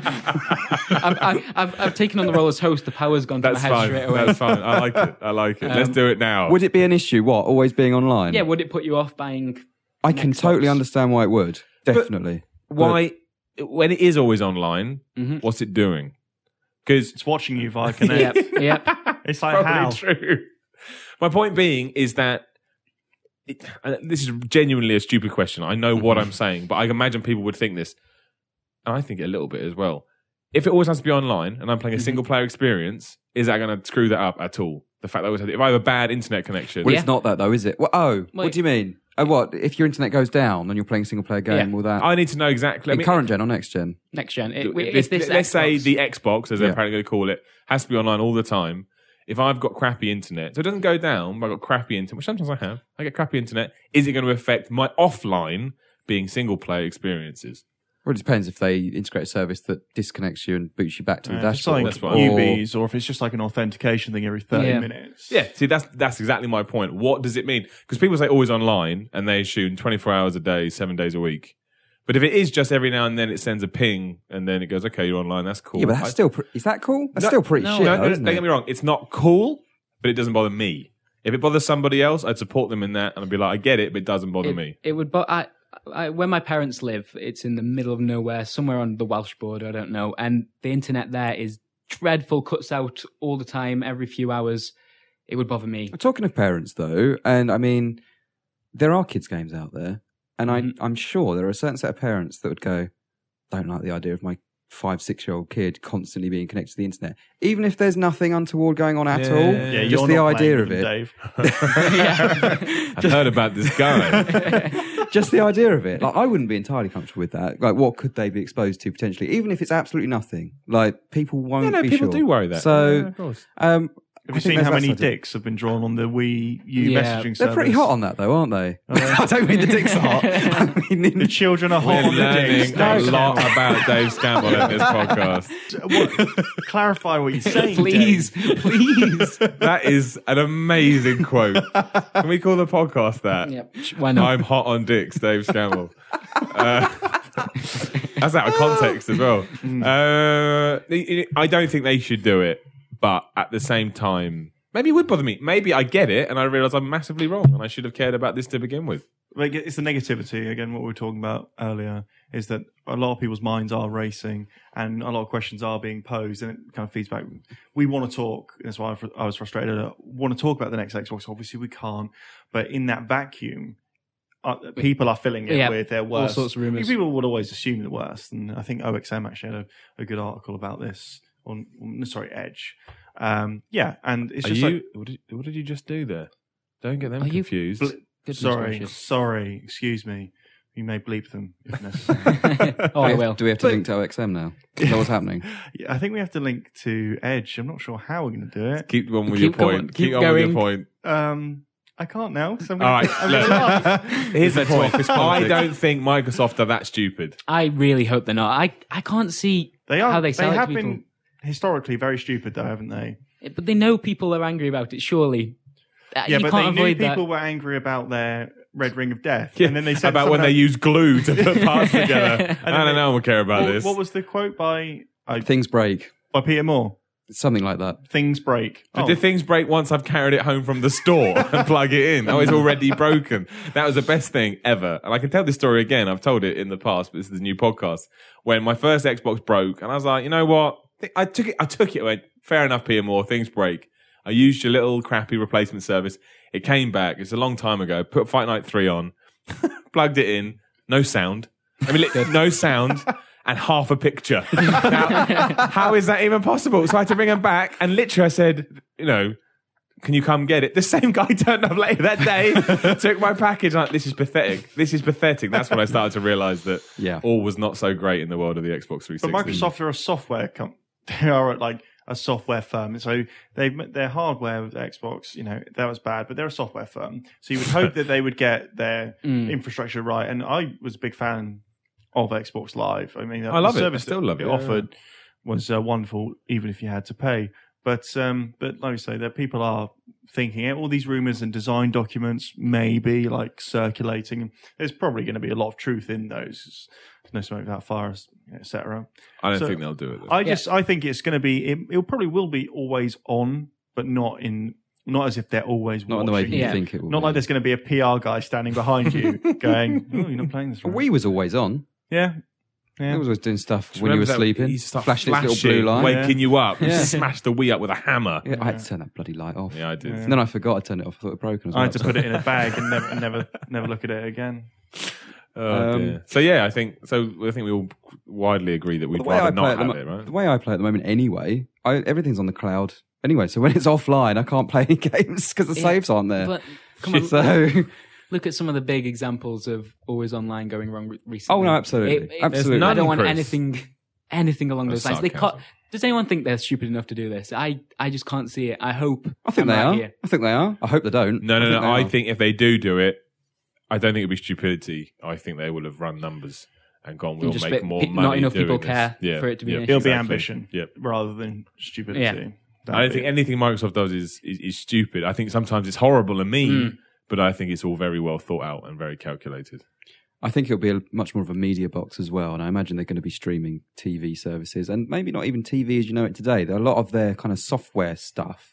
S5: I've, I've, I've, I've taken on the role as host. The power's gone to my
S4: That's
S5: head
S4: fine.
S5: straight away.
S4: That's fine. I like it. I like it. Let's do it now.
S1: Would it be an issue? What always being online?
S5: Yeah, would it put you off buying?
S1: I can totally understand why it would. Definitely.
S4: Why, when it is always online,
S5: Mhm.
S4: what's it doing? Because
S2: It's watching you via
S5: Yeah,
S2: Connect.
S5: yeah.
S2: It's like
S4: probably
S2: how?
S4: true. My point being is that it, uh, this is genuinely a stupid question. I know what I'm saying, but I imagine people would think this, and I think it a little bit as well. If it always has to be online and I'm playing a single player experience, is that going to screw that up at all? The fact that I always have, if I have a bad internet connection,
S1: Well,
S5: Yeah.
S1: it's not that though, is it? Well, oh,
S5: Wait.
S1: what do you mean? Oh, what if your internet goes down and you're playing a single player game?
S5: Yeah.
S1: Will that
S4: I need to know exactly. I
S1: in
S4: mean,
S1: current gen or next gen?
S5: Next gen. It,
S4: if
S5: it's this
S4: let's say
S5: Xbox.
S4: the Xbox, as they're
S1: Yeah.
S4: apparently going to call it, has to be online all the time. If I've got crappy internet, so it doesn't go down, but I've got crappy internet, which sometimes I have. I get crappy internet. Is it going to affect my offline being single player experiences?
S1: Well, it depends if they integrate a service that disconnects you and boots you back to the
S2: Yeah, just
S1: dashboard.
S2: like
S4: that's what I-
S2: UBs, or if it's just like an authentication thing every 30
S5: Yeah.
S2: minutes.
S4: Yeah, see, that's that's exactly my point. What does it mean? Because people say always online, and they assume twenty four hours a day, seven days a week. But if it is just every now and then, it sends a ping, and then it goes, "Okay, you're online. That's cool."
S1: yeah, but that's
S4: I-
S1: still pre- is that cool? That's
S4: No,
S1: still pretty
S5: no,
S1: shit,
S4: no,
S1: though,
S4: no,
S1: isn't
S4: don't
S1: it?
S4: get me wrong. It's not cool, but it doesn't bother me. If it bothers somebody else, I'd support them in that, and I'd be like, I get it, but it doesn't bother
S5: it,
S4: me.
S5: It would, but I, I, where my parents live, it's in the middle of nowhere, somewhere on the Welsh border. I don't know, and the internet there is dreadful, cuts out all the time, every few hours. It would bother me.
S1: We're talking of parents though, and I mean, there are kids games out there, and
S5: Mhm.
S2: Mm-hmm.
S1: I, I'm sure there are a certain set of parents that would go, don't like the idea of my five, six year old kid constantly being connected to the internet, even if there's nothing untoward going on at
S4: Yeah.
S1: all.
S4: Yeah,
S2: Yeah,
S1: just
S2: you're
S1: the
S2: not
S1: idea
S2: playing
S1: of
S2: them,
S1: it.
S2: Dave.
S5: Yeah.
S4: I've heard about this guy.
S1: just the idea of it. Like, I wouldn't be entirely comfortable with that. Like, what could they be exposed to potentially, even if it's absolutely nothing? Like, people won't
S4: yeah, no,
S1: be
S4: people
S1: sure.
S4: do worry that. Yeah,
S1: So,
S4: of course.
S1: um,
S2: Have
S1: I
S2: you
S1: think
S2: seen how
S1: there's
S2: many
S1: that side of it.
S2: dicks have been drawn on the Wii U
S5: Yeah.
S2: messaging service?
S1: They're pretty hot on that, though, aren't they?
S2: Oh,
S1: I don't mean the dicks are hot. I mean,
S2: The
S1: in-
S2: children are
S4: We're
S2: hot on the dicks.
S4: learning a
S2: Dave.
S4: lot about Dave Scammell in this podcast.
S2: What- clarify what you're saying.
S5: please,
S2: Dave.
S5: please.
S4: That is an amazing quote. Can we call the podcast that?
S5: yep. Why not?
S4: I'm hot on dicks, Dave Scammell. Uh, that's out of context as well. Uh, I- I don't think they should do it, but at the same time, maybe it would bother me. Maybe I get it, and I realise I'm massively wrong, and I should have cared about this to begin with.
S2: Like, it's the negativity again. What we were talking about earlier is that a lot of people's minds are racing, and a lot of questions are being posed, and it kind of feeds back. We want to talk. That's why I fr- I was frustrated. I want to talk about the next Xbox. Obviously, we can't. But in that vacuum, uh, people are filling it
S5: Yeah.
S2: with their
S5: all
S2: worst.
S5: sorts of
S2: I mean,
S5: rumors.
S2: People would always assume the worst, and I think OXM actually had a, a good article about this on, on- sorry Edge. Um, yeah, and it's
S4: Are
S2: just
S4: you?
S2: like
S4: what, did, what did you just do there? Don't get them
S5: Are you-
S4: confused.
S2: Bl-
S5: Goodness
S2: sorry,
S5: gracious.
S2: sorry, excuse me. You may bleep them if necessary.
S5: oh, I
S1: Do we
S5: will.
S1: have- Do we have to link to OXM now? Is that what's happening?
S2: Yeah, I think we have to link to Edge. I'm not sure how we're going to do it.
S4: keep on with
S5: Keep
S4: your
S5: going,
S4: point.
S5: keep
S4: Keep, on with your
S5: going.
S4: point.
S2: Um, I can't now. 'cause I'm
S4: All right,
S2: I'm gonna
S4: look.
S2: laugh.
S4: Here's the
S1: That's
S4: point.
S1: office
S4: I
S1: politics.
S4: don't think Microsoft are that stupid.
S5: I really hope they're not. I, I can't see
S2: They are.
S5: How they
S2: they
S5: sell it to
S2: have
S5: people.
S2: been historically very stupid, though, haven't they?
S5: it, but they know people are angry about it. Surely, Uh,
S2: Yeah,
S5: you
S2: but they
S5: can't
S2: knew
S5: avoid that.
S2: people were angry about their Red Ring of Death, and then they said
S4: about when
S2: somehow-
S4: they use glue to put parts together. I
S2: then
S4: don't
S2: they-
S4: know. I don't care about
S2: What,
S4: this.
S2: what was the quote by I,
S1: Things break.
S2: by Peter Moore?
S1: Something like that.
S2: Things break.
S4: But
S2: Oh,
S4: do things break once I've carried it home from the store and plug it in? Oh, it's already broken. That was the best thing ever. And I can tell this story again. I've told it in the past, but this is a new podcast. When my first Xbox broke, and I was like, you know what? I took it. I took it. I Went fair enough, Peter Moore. Things break. I used your little crappy replacement service. It came back. It's a long time ago. Put Fight Night Three on, plugged it in. No sound. I mean, li- no sound. And half a picture. Now, how is that even possible? So I had to ring him back, and literally I said, you know, can you come get it? The same guy turned up later that day, took my package. Like, this is pathetic. This is pathetic. That's when I started to realize that
S1: Yeah.
S4: all was not so great in the world of the Xbox 360.
S2: but Microsoft are a software com- They are like a software firm, so they their hardware with Xbox, you know, that was bad, but they're a software firm. So you would hope that they would get their
S5: Mm.
S2: infrastructure right. And I was a big fan of Xbox Live. I mean,
S4: I love
S2: the
S4: it. I
S2: Service
S4: still
S2: that
S4: love it, yeah.
S2: Offered was uh, wonderful, even if you had to pay. But um, but like I say, that people are thinking it. All these rumors and design documents maybe like circulating. There's probably going to be a lot of truth in those. There's no smoke without fire, etc.
S4: I don't
S2: so-
S4: think they'll do it.
S2: I just I think it's going to be it, it probably will be always on, but not in not as if they're always
S1: Not in
S2: watching.
S1: the way you
S2: you.
S5: Yeah.
S1: think it will
S2: Not
S1: be.
S2: like there's going to be a PR guy standing behind you going, "Oh, you're not playing this." Right.
S1: We was always on.
S2: yeah,
S1: It
S2: yeah.
S1: was always doing stuff
S4: Do
S1: when you were
S4: remember that-
S1: sleeping.
S4: he used to start
S1: flashing his little blue light.
S4: flashing, waking you up. He
S1: Yeah.
S4: smashed the Wii up with a hammer.
S1: Yeah, I had to turn that bloody light off.
S4: Yeah, I did.
S2: Yeah.
S1: And then I forgot I turned it off. I thought it was broken. As well.
S2: I had to put it in a bag and never, and never, never look at it again.
S4: Oh,
S1: Um,
S4: dear. So yeah, I think so. I think we all widely agree that we'd
S1: the way I
S4: rather
S1: play
S4: not
S1: at the
S4: have
S1: mo-
S4: it, right?
S1: the way I play at the moment, anyway, I, everything's on the cloud. Anyway, so when it's offline, I can't play any games because the
S5: Yeah,
S1: saves aren't there.
S5: But come on,
S1: so
S5: look at some of the big examples of always online going wrong re- recently.
S1: Oh, no, absolutely. Absolutely.
S5: I
S4: None,
S5: don't want
S4: Chris.
S5: anything, anything along
S4: That's
S5: those lines. They can't,
S4: sarcasm.
S5: does anyone think they're stupid enough to do this? I, I just can't see it. I hope.
S1: I think
S5: I'm
S1: they
S5: right
S1: are.
S5: here.
S1: I think they are. I hope they don't.
S4: No, no, no.
S1: they
S4: I
S1: are.
S4: think if they do do it, I don't think it'll be stupidity. I think they will have run numbers and gone. We'll
S5: just
S4: make
S5: bit-
S4: more
S5: pe-
S4: money.
S5: not enough
S4: doing
S5: people
S4: this."
S5: care for it to be an issue.
S2: It'll be ambition
S4: Yep.
S2: rather than stupidity.
S5: Yeah.
S2: That'd
S4: I don't
S2: be
S4: think
S2: it.
S4: anything Microsoft does is, is is stupid. I think sometimes it's horrible and mean,
S5: Mm.
S4: but I think it's all very well thought out and very calculated.
S1: I think it'll be a, much more of a media box as well, and I imagine they're going to be streaming TV services, and maybe not even TV as you know it today. A lot of their kind of software stuff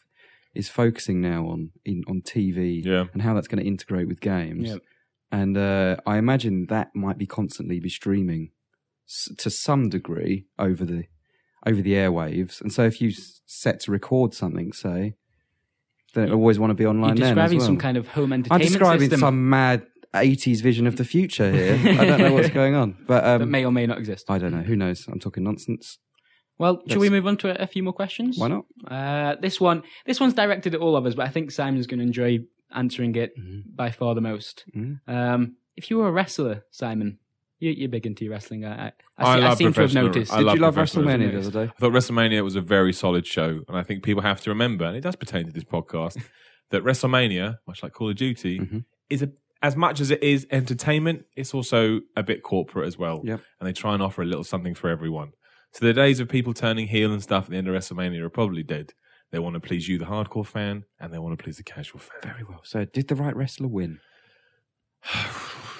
S1: is focusing now on in, on TV
S4: Yeah.
S1: and how that's going to integrate with games.
S5: Yep.
S1: And uh, I imagine that might be constantly be streaming s- to some degree over the over the airwaves. And so if you s- set to record something, say, then it'll always want to be online.
S5: You're
S1: then as
S5: describing
S1: well.
S5: some kind of home
S1: I'm
S5: entertainment
S1: describing
S5: system
S1: some mad 80s vision of the future here. I don't know what's going on, but
S5: that
S1: um,
S5: may or may not exist.
S1: I don't know. Who knows? I'm talking nonsense.
S5: Well,
S1: Yes.
S5: shall we move on to a, a few more questions?
S1: Why not?
S5: Uh, this one, this one's directed at all of us, but I think Simon's going to enjoy answering it
S1: Mhm.
S5: by far the most.
S1: Mhm.
S5: Um, if you were a wrestler, Simon, you, you're big into your wrestling. I, I,
S4: I
S5: I, see, I
S4: love
S5: seem to have
S4: professional-
S5: noticed.
S4: I
S1: Did
S4: love
S1: you love
S4: professional
S1: WrestleMania the
S5: wrestling.
S1: other day?
S4: I thought WrestleMania was a very solid show, and I think people have to remember, and it does pertain to this podcast, that WrestleMania, much like Call of Duty,
S1: Mhm.
S4: is a, as much as it is entertainment, it's also a bit corporate as well,
S1: Yep.
S4: and they try and offer a little something for everyone. So the days of people turning heel and stuff at the end of WrestleMania are probably dead. They want to please you, the hardcore fan, and they want to please the casual fan.
S1: Very well. So, did the right wrestler win?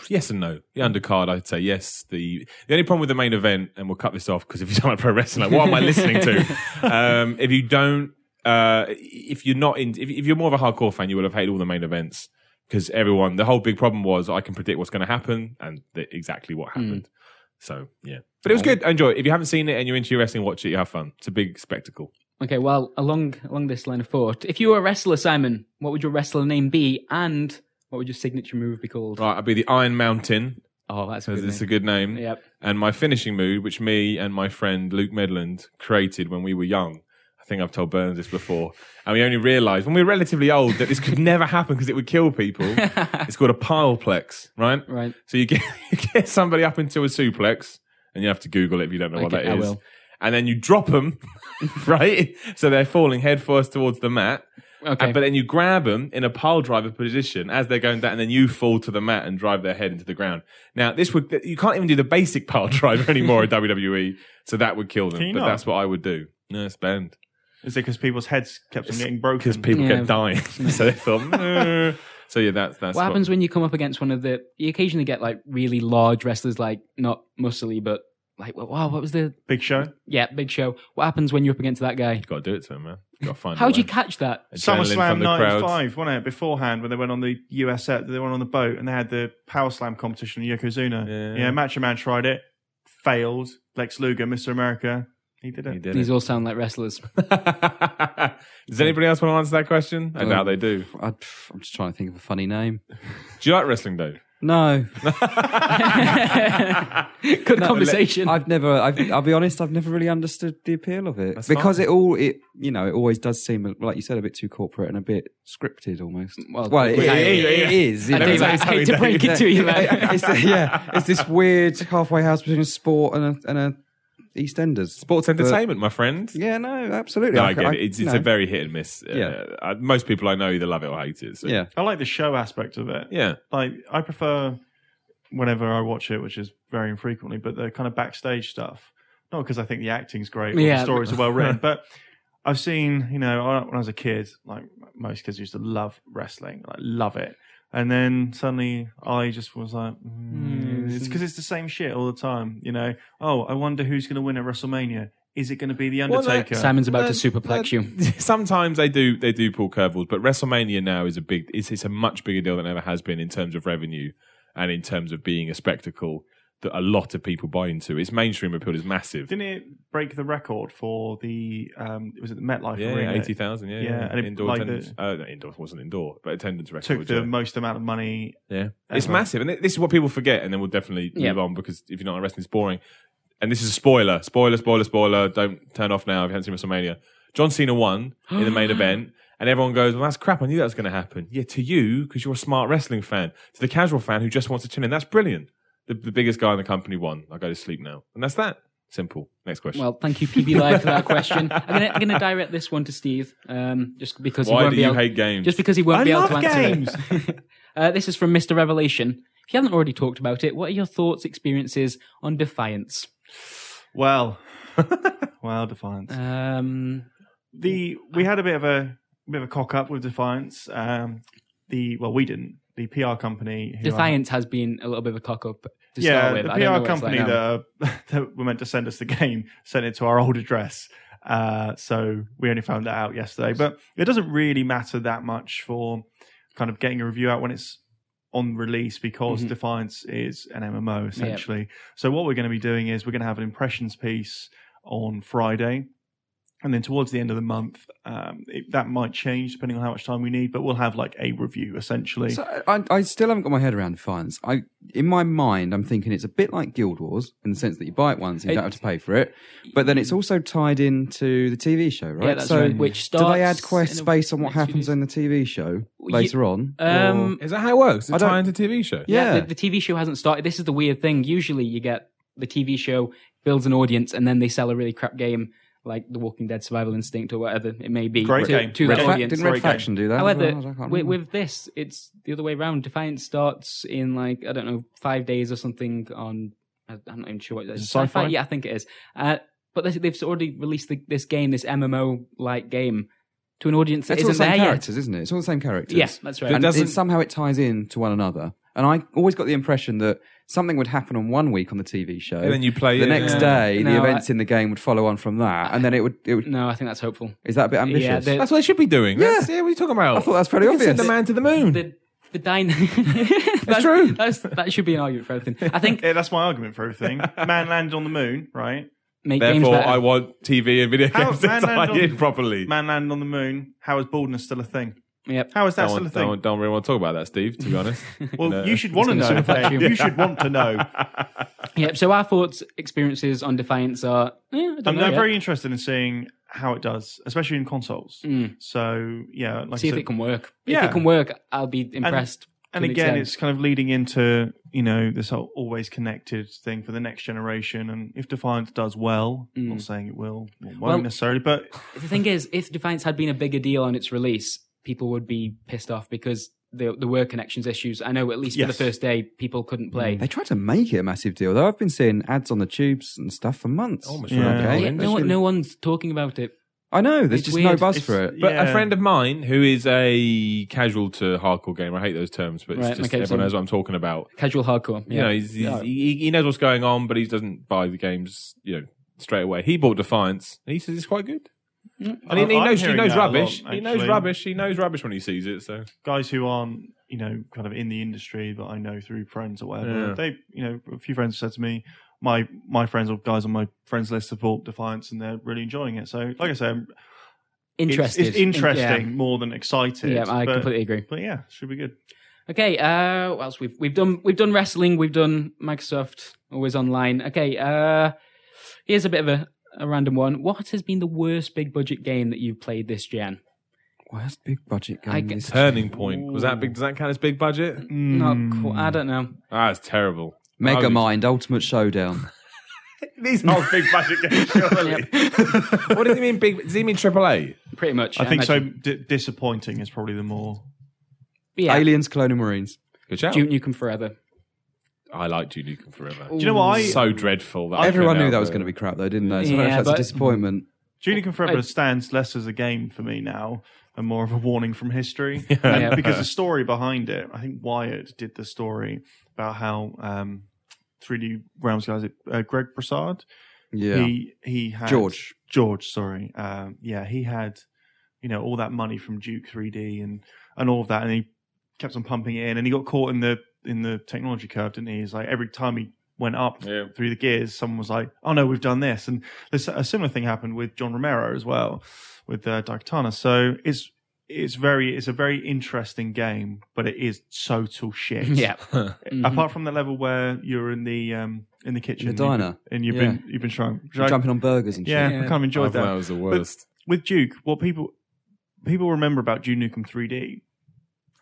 S4: yes and no. The undercard, I'd say yes. The the only problem with the main event, and we'll cut this off because if you don't like pro wrestling, like, what am I listening to? Um, if you don't, uh, if you're not in, if, if you're more of a hardcore fan, you will have hated all the main events because everyone. The whole big problem was I can predict what's going to happen and th- exactly what happened.
S5: Hmm.
S4: So yeah, but it was good. I enjoy it. If you haven't seen it and you're into your wrestling, watch it. You have fun. It's a big spectacle.
S5: Okay, well, along along this line of thought, if you were a wrestler, Simon, what would your wrestler name be, and what would your signature move be called?
S4: Right, I'd be the Iron Mountain.
S5: Oh, that's a
S4: Because
S5: good
S4: it's a
S5: name.
S4: good name.
S5: Yep.
S4: and my finishing move, which me and my friend Luke Medland created when we were young. I think I've told Burns this before. And we only realised when we were relatively old that this could never happen because it would kill people. it's called a pileplex, right?
S5: Right.
S4: So you get, you get somebody up into a suplex, and you have to Google it if you don't know what
S5: Okay,
S4: that
S5: I
S4: is.
S5: will.
S4: And then you drop them, right? So they're falling headfirst towards the mat.
S5: Okay.
S4: And- Uh, but then you grab them in a pile driver position as they're going down, and then you fall to the mat and drive their head into the ground. Now, this would you can't even do the basic pile driver anymore in WWE, E, so that would kill them.
S2: Can you
S4: But
S2: not?
S4: that's what I would do. No, it's banned
S2: Is it because people's heads kept on getting broken?
S4: because people
S5: Yeah.
S4: get dying, so they thought. "Nah." So yeah, that's that's
S5: what
S4: what-
S5: happens when you come up against one of the? You occasionally get like really large wrestlers, like not muscly, but like wow, what was the?
S2: Big Show,
S5: Yeah, Big Show. What happens when you're up against that guy?
S4: You've got to do it to him, man. You've got to find.
S5: How'd
S4: a
S5: you
S4: way.
S5: catch that?
S4: Adrenaline
S2: SummerSlam
S4: from the crowd.
S2: '95, wasn't it? Beforehand, when they went on the US, set, they went on the boat and they had the Power Slam competition in Yokozuna.
S4: Yeah.
S2: yeah Macho Man tried it, failed. Lex Luger, Mr. America, he did it.
S4: He did
S5: These
S4: it.
S5: all sound like wrestlers.
S4: Does anybody else want to answer that question? I
S1: Um,
S4: doubt they do.
S1: I'd, I'm just trying to think of a funny name.
S4: Do you like wrestling, Dave?
S1: No,
S5: Good conversation.
S1: I've never. I've, I'll be honest. I've never really understood the appeal of it
S4: That's
S1: because
S4: fine.
S1: it all it you know it always does seem like you said a bit too corporate and a bit scripted almost.
S5: Well,
S1: Well, it,
S5: yeah,
S1: it-
S4: yeah,
S1: it is. you
S5: I,
S1: know,
S4: Let me
S5: Dave,
S1: it's-
S5: I
S4: tell you,
S5: hate to
S4: Dave.
S5: break it to you, man.
S1: it's, yeah, it's this weird halfway house between a sport and a, and a EastEnders.
S4: Sports entertainment, my friend.
S1: Uh, Yeah, no, absolutely.
S4: No,
S1: I
S4: I
S1: c-
S4: get
S1: I-
S4: it. It's,
S1: you
S4: it's a
S1: know.
S4: very hit and miss. Uh,
S1: Yeah.
S4: uh, most people I know either love it or hate it. So.
S1: yeah.
S2: I like the show aspect of it.
S4: Yeah.
S2: Like I prefer whenever I watch it, which is very infrequently, but the kind of backstage stuff. Not because I think the acting's great or
S5: Yeah.
S2: the stories are well written, but I've seen, you know, I- when I was a kid, like most kids used to love wrestling, like love it. And then suddenly I just was like, mm, it's because it's the same shit all the time, you know. Oh, I wonder who's going to win at WrestleMania. Is it going to be The
S4: Well, that-
S2: Undertaker?
S5: Simon's about to
S4: That-
S5: superplex
S4: that-
S5: you.
S4: Sometimes they do they do pull curveballs, but WrestleMania now is a big it's, it's a much bigger deal than it ever has been in terms of revenue and in terms of being a spectacle that a lot of people buy into. Its mainstream appeal is massive.
S2: Didn't it break the record for the, um, was it the MetLife
S4: Yeah,
S2: Arena?
S4: eighty thousand. Yeah,
S2: Yeah, and it-
S4: indoor
S2: like the-
S4: attendance. uh, no, indoor wasn't indoor, but attendance record.
S2: took the
S4: yeah.
S2: most amount of money.
S4: Yeah. It's
S2: Ever.
S4: massive. And th- this is what people forget. And then we'll definitely
S5: Yeah.
S4: move on because if you're not on wrestling, it's boring. And this is a spoiler. Spoiler, spoiler, spoiler. Don't turn off now if you haven't seen WrestleMania. John Cena won in the main event. And everyone goes, well, that's crap. I knew that was going to happen. Yeah, to you, because you're a smart wrestling fan. To the casual fan who just wants to tune in, that's brilliant. The, the biggest guy in the company won. I go to sleep now. And that's that. Simple. Next question.
S5: Well, thank you, PB Live, for that question. I'm gonna, I'm gonna direct this one to Steve, um, just because he
S4: Why
S5: won't
S4: do
S5: be
S4: you
S5: able,
S4: hate games?
S5: just because he won't
S2: I
S5: be able
S2: love
S5: to answer it. uh, this is from Mr. Revelation. If you haven't already talked about it, what are your thoughts, experiences on Defiance?
S2: Well, well, Defiance.
S5: Um,
S2: the we had a bit of a bit of a cock up with Defiance. Um, the well, we didn't. The PR company, who are-
S5: Defiance has been a little bit of a cock up to
S2: yeah,
S5: start with.
S2: the
S5: I don't know what
S2: PR
S5: it's like
S2: company
S5: now.
S2: that, uh, that were meant to send us the game sent it to our old address. Uh, so we only found that out yesterday. But it doesn't really matter that much for kind of getting a review out when it's on release because
S5: Mhm.
S2: Defiance is an MMO essentially. So what we're going to be doing is we're going to have an impressions piece on Friday. And then towards the end of the month, um, it, that might change depending on how much time we need, but we'll have like a review essentially.
S1: So I, I still haven't got my head around fines. I, in my mind, I'm thinking it's a bit like Guild Wars in the sense that you buy it once and you don't have to pay for it, but then it's also tied into the TV show, right?
S5: Yeah, that's
S1: so
S5: right. Which
S1: do
S5: starts
S1: they add
S5: in
S1: quests
S5: a-
S1: based on what
S5: next few
S1: happens
S5: days.
S1: in the TV show
S5: Well,
S1: later on?
S5: Um,
S4: Is that how it works? Is
S1: I
S4: it
S1: don't-
S4: tie into TV show?
S1: yeah,
S5: the, the TV show hasn't started. This is the weird thing. Usually, you get the TV show builds an audience, and then they sell a really crap game like The Walking Dead, Survival Instinct, or whatever it may be,
S2: Great
S5: to,
S2: game.
S5: to
S1: Red
S5: that
S1: Fa-
S5: audience.
S1: didn't Red
S2: Great game.
S1: Faction do that?
S5: However,
S1: as well? I can't
S5: with,
S1: remember.
S5: with this, it's the other way around. Defiance starts in like I don't know five days or something. On I- I'm not even sure what it is.
S2: Is it sci-fi?
S5: Yeah, I think it is. Uh, but they- they've already released the, this game, this MMO like game, to an audience that
S1: it's all the
S5: not
S1: same
S5: there
S1: characters, isn't it? It's all the same characters.
S5: yet. Yeah, that's right.
S1: and
S4: doesn't-
S1: it, somehow it ties in to one another. And I always got the impression that something would happen on one week on the TV show,
S4: And then you play
S1: the
S4: it.
S1: next
S4: Yeah.
S1: day
S5: No,
S1: the events in the game would follow on from that, and then it would. It would
S5: no, I think that's hopeful.
S1: is that a bit ambitious?
S5: Yeah, the,
S4: That's what they should be doing.
S1: Yeah.
S4: That's- what are you talking about?
S1: I thought that's pretty
S4: We can Send
S1: obvious.
S4: the man to the moon.
S5: the the dyna- that's
S4: true.
S5: That's, that should be an argument for everything. I think
S2: yeah, that's my argument for everything. Man landed on the moon, right?
S5: make games
S4: Therefore,
S5: better.
S4: I want TV and video
S2: How-
S4: games to
S2: Man,
S4: tie
S2: man,
S4: in
S2: don't-
S4: properly.
S2: Man landed on the moon. How is baldness still a thing?
S5: yep.
S2: How is that
S4: don't,
S2: still a
S4: want- don't,
S2: thing?
S4: want- don't really want to talk about that, Steve. To be honest,
S2: Well,
S4: No.
S2: you should want to
S5: It's gonna
S2: know.
S5: sort of
S2: Dave.
S5: affect
S2: You should want to know.
S5: Yep. So our thoughts, experiences on Defiance are. eh, I don't
S2: I'm
S5: know
S2: not
S5: yet.
S2: very interested in seeing how it does, especially in consoles.
S5: Mm.
S2: So yeah, like I
S5: See if
S2: said-
S5: it can work. If
S2: Yeah.
S5: it can work, I'll be impressed.
S2: and
S5: an
S2: again,
S5: extent.
S2: it's kind of leading into you know this whole always connected thing for the next generation. And if Defiance does well, I'm not saying it will, or won't
S5: Mm. Well-
S2: necessarily, but
S5: the thing is, if Defiance had been a bigger deal on its release, people would be pissed off because there, there were connections issues. I know at least for
S2: Yes.
S5: the first day, people couldn't play.
S4: Mm.
S1: They tried to make it a massive deal, though. I've been seeing ads on the tubes and stuff for months.
S4: Almost
S2: Yeah.
S4: around the whole
S5: Yeah,
S4: industry.
S5: no, one- no one's talking about it.
S1: I know. There's
S5: It's
S1: just no
S5: weird.
S1: buzz
S2: It's-
S1: for it.
S4: But a
S2: Yeah.
S4: friend of mine who is a casual to hardcore gamer, I hate those terms, but it's
S5: Right,
S4: just
S5: okay, so-
S4: everyone knows what I'm talking about.
S5: Casual hardcore.
S4: You know,
S5: Yeah.
S4: he's, he's, he, he knows what's going on, but he doesn't buy the games, you know, straight away. He bought Defiance, and he says it's quite good. And he, he
S2: Mm, I'm
S4: knows he
S2: hearing
S4: knows
S2: that a lot,
S4: rubbish. he knows
S2: actually.
S4: rubbish. He knows rubbish when he sees it. So
S2: guys who aren't you know kind of in the industry that I know through friends or whatever,
S4: Yeah.
S2: they you know a few friends have said to me, my my friends or guys on my friends list have bought Defiance and they're really enjoying it. So like I say, I'm- it's,
S5: Interested.
S2: it's interesting more than excited.
S5: Yeah, yeah I
S2: but,
S5: completely agree.
S2: But yeah, should be good.
S5: Okay, uh what else we've we've done we've done wrestling, we've done Microsoft, always online. Okay, uh here's a bit of a, a random one. What has been the worst big budget game that you've played this gen?
S1: Worst big budget game.
S5: I get-
S1: this-
S4: Turning Point was that big? Does that count as big budget?
S2: Mm. Hmm.
S5: Not qu- I don't know.
S4: Ah, that's terrible. I
S1: Mega
S4: would-
S1: Mind Ultimate Showdown.
S4: These aren't big budget games. Surely. what does he mean? Big? Does he mean AAA?
S5: Pretty much.
S2: I think so.
S5: imagine.
S2: D- disappointing is probably the more.
S5: Yeah.
S1: Aliens, Colonial Marines.
S4: Good shout.
S5: Duke Nukem Forever.
S4: I like Duke Nukem Forever.
S2: Do you know what I?
S4: so dreadful. That
S1: Everyone knew that was going to be crap, though, didn't they? So I don't know
S5: Yeah,
S1: if that's
S5: but-
S1: a disappointment.
S2: Junior
S5: I-
S2: Confederate stands less as a game for me now and more of a warning from history.
S5: Yeah.
S2: And because the story behind it, I think Wyatt did the story about how um, 3D Realms guys, uh, Greg Brassard,
S1: Yeah.
S2: he he had
S1: George.
S2: George, sorry, um, yeah, he had you know all that money from Duke 3D and and all of that, and he kept on pumping it in, and he got caught in the in the technology curve, didn't he? He's like every time he went up
S4: Yeah.
S2: through the gears, someone was like, "Oh no, we've done this," and this, a similar thing happened with John Romero as well with uh, Daikatana. So it's it's very it's a very interesting game, but it is total shit.
S5: yeah. Mhm.
S2: Apart from the level where you're in the um in the kitchen,
S1: The diner.
S2: and you've
S1: Yeah.
S2: been you've been shrunk.
S1: Jumping on burgers and shit. uh,
S2: yeah,
S5: Yeah.
S2: I kind of
S4: I
S2: enjoyed
S4: thought
S2: that
S4: that was the worst.
S2: with Duke, what people people remember about Duke Nukem 3D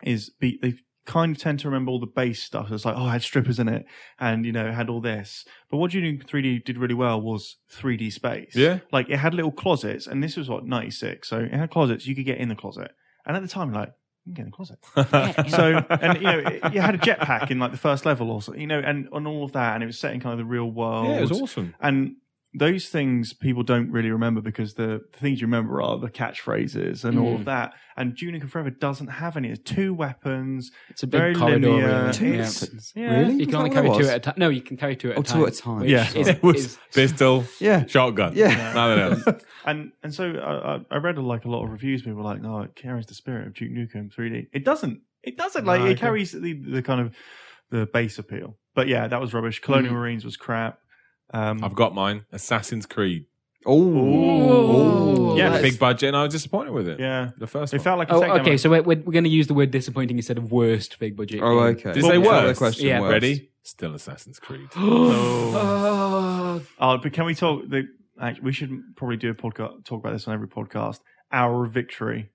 S2: is be, they kind of tend to remember all the base stuff. It's like, oh, I had strippers in it, and you know, it had all this. But what Duke Nukem 3D did really well was 3D space.
S4: Yeah.
S2: like it had little closets, and this was what 96, so it had closets. You could get in the closet, and at the time, you're like. You can get in the closet. So, and you know, it- you had a jetpack in like the first level, also, you know, and on all of that, and it was set in kind of the real world.
S4: yeah, it was awesome.
S2: And those things people don't really remember because the, the things you remember are the catchphrases and
S5: Mm.
S2: all of that. And Juniper Forever doesn't have any. There's two weapons.
S5: It's a
S2: Very
S5: big corridor.
S2: linear.
S5: really.
S2: Two
S5: Yeah.
S1: buttons.
S2: Yeah.
S1: Really?
S5: You
S1: Is
S5: can
S1: that
S5: only
S1: what
S5: carry
S1: it
S5: two
S1: was?
S5: at a time. No, you can carry two at a
S1: Oh,
S5: time.
S1: two at a time.
S5: which
S2: Yeah.
S5: is-
S4: It was
S5: is-
S4: pistol,
S1: Yeah.
S4: shotgun.
S1: Yeah.
S4: Nothing else.
S2: And and so I, I- I read like a lot of reviews. People were like, "No, it carries the spirit of Duke Nukem 3D." It doesn't. It doesn't. Like
S5: No,
S2: it
S5: okay.
S2: carries the, the kind of the base appeal. But yeah, that was rubbish. Colonial
S5: Mm-hmm.
S2: Marines was crap. Um,
S4: I've got mine. Assassin's Creed.
S1: Oh,
S5: Ooh.
S2: Yeah,
S4: Yeah,
S2: Nice.
S4: big budget, and I was disappointed with it.
S2: yeah,
S4: The first
S2: it
S4: one.
S2: felt like a
S5: Oh,
S2: second
S5: okay.
S2: one.
S5: So we're, we're, we're going to use the word disappointing instead of worst big budget.
S1: Oh,
S5: game.
S1: okay.
S4: Did they
S1: Well,
S4: work?
S1: the question
S5: Yeah.
S1: works.
S4: Ready? Still Assassin's Creed.
S2: Oh. Oh, but can we talk? The actually, we should probably do a podcast talk about this on every podcast. Hour of Victory.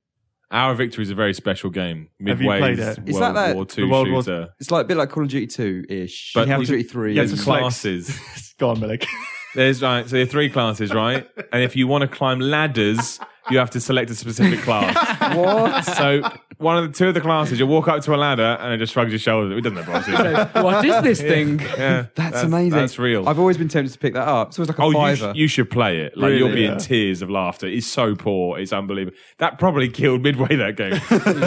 S4: Our Victory is a very special game.
S2: Have you
S4: Midway's
S2: played it?
S4: World
S1: Is that that-
S4: War
S2: the
S4: II
S2: World War-
S4: shooter.
S1: It's like a bit like Call of Duty 2 ish.
S4: But
S1: Call
S2: you
S1: of
S2: have
S1: Duty 3.
S2: you have
S1: is-
S2: to
S4: There's
S2: flex.
S4: classes.
S2: Go on, Milik.
S4: There's right. So there are three classes, right? and if you want to climb ladders, you have to select a specific class.
S1: what?
S4: so one of the two of the classes, you walk up to a ladder and it just shrugs your shoulders. It doesn't have bosses.
S5: what is this thing?
S4: Yeah,
S1: That's, amazing.
S4: That's real.
S1: I've always been tempted to pick that up. It's always like a
S4: Oh, you,
S1: fiver.
S4: sh- you should play it. Like you'll
S2: Really?
S4: be
S2: Yeah.
S4: in tears of laughter. It's so poor. It's unbelievable. That probably killed midway that game.